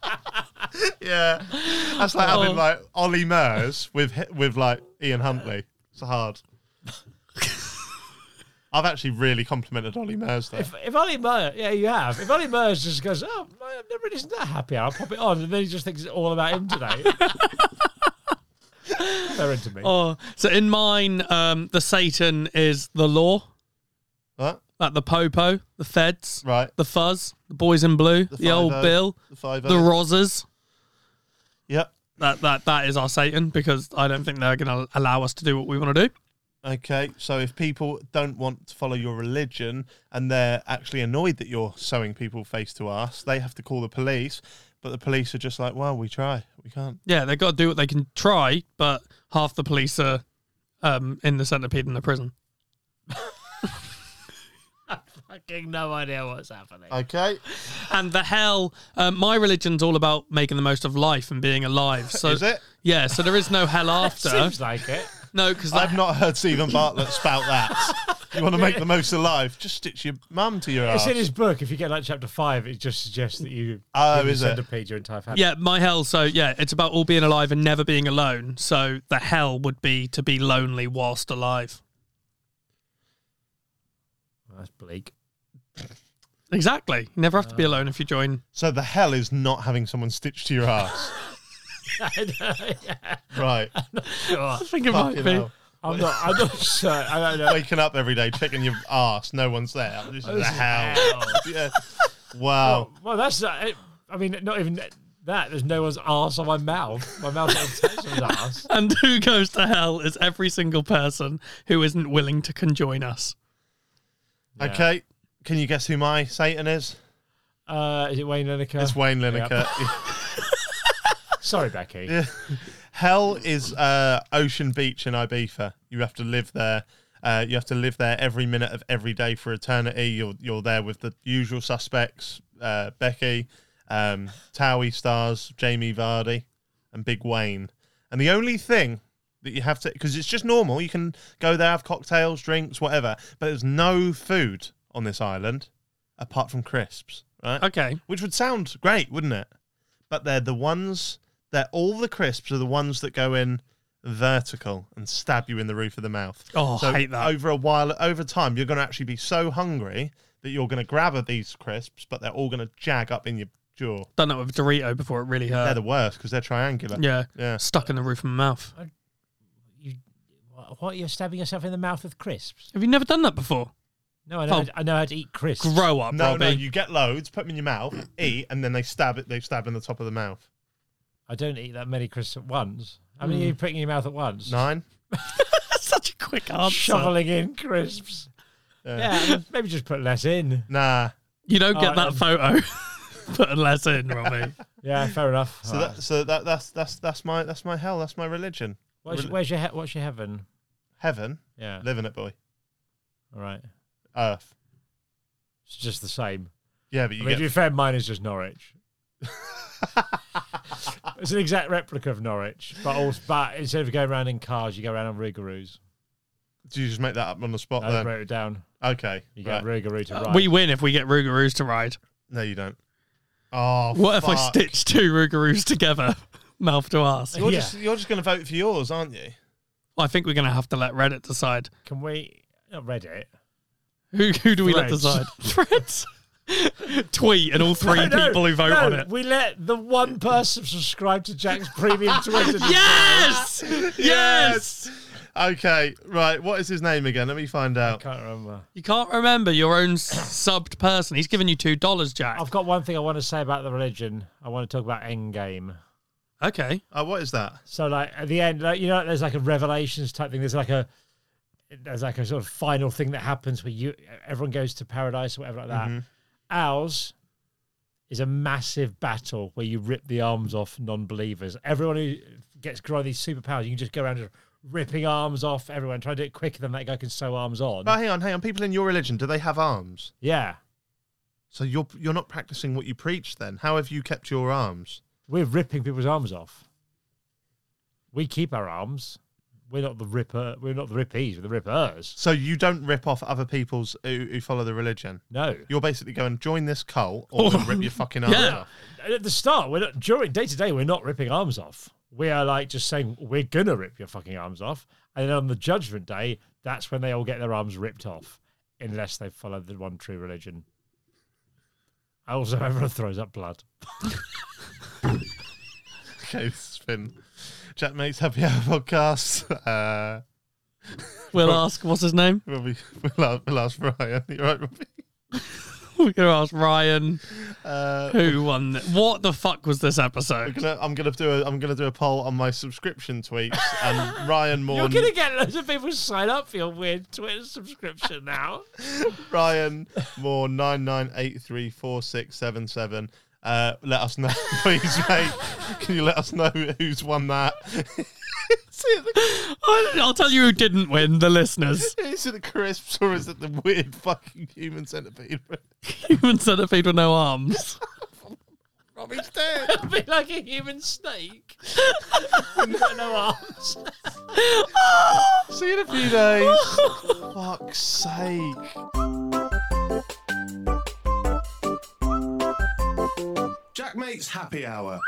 (laughs)
out.
Yeah. That's like having like Ollie Murs with hi- with like Ian Huntley.
(laughs)
It's hard. I've actually really complimented Ollie Murs there.
If, if Ollie Mur, yeah, you have. If Ollie Murs just goes, oh, I've never listened to that happy hour, I'll pop it on, and then he just thinks it's all about
(laughs)
him today. They're into me.
Oh, so in mine, um, the Satan is the law,
What?
like the popo, the feds,
Right.
the fuzz, the boys in blue, the, old
five-o,
Bill,
The five. oh
the Rozzers.
Yep.
That that that is our Satan because I don't think they're going to allow us to do what we want to do.
Okay, so if people don't want to follow your religion and they're actually annoyed that you're sewing people face to ass, they have to call the police. But the police are just like, well, we try, we can't.
Yeah, they've got to do what they can try, but half the police are um, in the centipede in the prison.
Fucking no idea what's happening.
Oh,
Okay,
And the hell, um, my religion's all about making the most of life and being
(laughs)
alive. So
is it?
Yeah, so there is no
(laughs)
hell after.
Seems like it.
no, because
I've not heard Stephen Bartlett spout
(laughs)
that. You want to make the most of life? Just stitch your mum to your
It's
ass.
in his book. If you get like chapter five, it just suggests that you
Oh,
you
is it?
centipede your entire family.
yeah, my hell. So yeah, it's about all being alive and never being alone. So the hell would be to be lonely whilst alive.
That's bleak. (laughs)
Exactly. You never have
Ah.
to be alone if you join.
So the hell is not having someone stitched to your (laughs) ass, right?
Sure.
I think it
(laughs) Fucking
might be.
hell.
I'm not. I'm not (laughs) sure. I don't know.
Waking up every day, checking your ass, no one's there. This is the hell. (laughs) Yeah. Wow.
Well, well, that's. Uh, I mean, not even that. There's no one's arse on my mouth. My mouth doesn't touch someone's arse.
And (laughs) who goes to hell is every single person who isn't willing to conjoin us.
Okay. Can you guess who my Satan is?
Uh, is it Wayne Lineker?
It's Wayne Lineker.
(laughs)
(laughs)
Sorry, Becky.
Hell is uh, Ocean Beach in Ibiza. You have to live there. Uh, you have to live there every minute of every day for eternity. You're you're there with the usual suspects: uh, Becky, um, Towie stars, Jamie Vardy, and Big Wayne. And the only thing that you have to, because it's just normal, you can go there, have cocktails, drinks, whatever. But there's no food on this island apart from crisps, right?
Okay.
which would sound great, wouldn't it? But they're the ones that all the crisps are the ones that go in vertical and stab you in the roof of the mouth.
Oh,
so
hate that.
Over a while, over time, you're going to actually be so hungry that you're going to grab at these crisps, but they're all going to jag up in your jaw.
Done that with Dorito before it really
They're
hurt.
the worst because they're triangular.
yeah.
Yeah.
Stuck in the roof of my mouth.
You, what, what? You're stabbing yourself in the mouth with crisps?
Have you never done that before?
No, I know.
Oh.
I know how to eat crisps.
Grow up,
No,
Robbie.
no, you get loads, put them in your mouth,
(clears throat)
eat, and then they stab it. They stab in the top of the mouth.
I don't eat that many crisps at once. How
Hmm.
many are you putting in your mouth at once?
Nine.
That's such a quick answer.
Shoveling in crisps. Yeah, I mean, maybe just put less in.
Nah.
You don't get
Oh,
that
um,
photo. (laughs) Put less in, Robbie.
Yeah, fair enough.
So that, so that, that's that's that's my that's my hell. That's my religion.
where's,
Rel-
where's your he- what's your heaven?
Heaven,
Yeah.
living it, boy.
All right.
Earth.
It's just the same.
Yeah, but you
I mean,
get
to be fair, mine is just
(laughs)
Norwich. it's an exact replica of Norwich, but also, but instead of going around in cars, you go around on rougaroos.
Do you just make that up on the spot
I
then?
wrote it down.
Okay.
You
(laughs) right.
get rougaroo to ride.
Uh, We win if we get Rougaroos to ride.
no, you don't. Oh,
What if I
fuck.
stitch two Rougaroos together, (laughs) mouth to ass?
You're
Yeah.
just you're just going to vote for yours, aren't you?
I think we're going to have to let Reddit decide.
Can we? Not Reddit.
Who who do we let
(laughs) Threads.
decide? Threads. (laughs) Tweet and all three
(laughs) No, no,
people who vote
no,
on it.
We let the one person subscribe to Jack's premium
(laughs)
Twitter. (laughs)
Yes! yes!
Okay. Right. What is his name again? Let me find out.
Can't remember.
You can't remember your own s- subbed person. He's given you two dollars, Jack.
I've got one thing I want to say about the religion. I want to talk about Endgame.
Okay.
Oh, what is that?
So like at the end, like you know, there's like a revelations type thing. There's like a there's like a sort of final thing that happens where you everyone goes to paradise or whatever like that. Ours is a massive battle where you rip the arms off non-believers. Everyone who gets granted these superpowers, you can just go around just ripping arms off everyone. Try to do it quicker than that guy can sew arms on.
But hang on, hang on. People in your religion, do they have arms?
yeah,
So you're you're not practicing what you preach then. How have you kept your arms?
we're ripping people's arms off. We keep our arms. We're not the ripper. We're not the rippies. We're the rippers.
So you don't rip off other people's who, who follow the religion.
No.
You're basically going join this cult or we'll
(laughs)
rip your fucking arms
Yeah.
off. (laughs)
at the start, we're not during day to day, we're not ripping arms off. We are like just saying we're gonna rip your fucking arms off, and then on the judgment day, that's when they all get their arms ripped off, unless they follow the one true religion. I Also, everyone throws up blood.
Okay, this has been Jack Mates Happy Hour podcast. (laughs) Uh,
We'll ask what's his name? (laughs)
(laughs) Robbie, we'll ask, we'll ask Brian. You're right, Robbie.
We're gonna ask Ryan
Uh,
who won. th- What the fuck was this episode?
Gonna- I'm gonna do a I'm gonna do a poll on my subscription tweets (laughs) and Ryan
You're
Morn
gonna get loads of people sign up for your weird Twitter subscription now.
Ryan Moore nine nine eight three four six seven seven. Uh, let us know, (laughs) please, mate. Can you let us know who's won that? is, it
(laughs) I- I'll tell you who didn't win. The listeners. (laughs)
the, (laughs) is it the crisps or is it the weird fucking human centipede?
Human centipede with no arms.
Robbie's dead.
It'll be like a human snake. You've got (laughs) no arms.
(laughs) See you in a few days. (laughs) Fuck's sake.
Jack Mate's Happy Hour.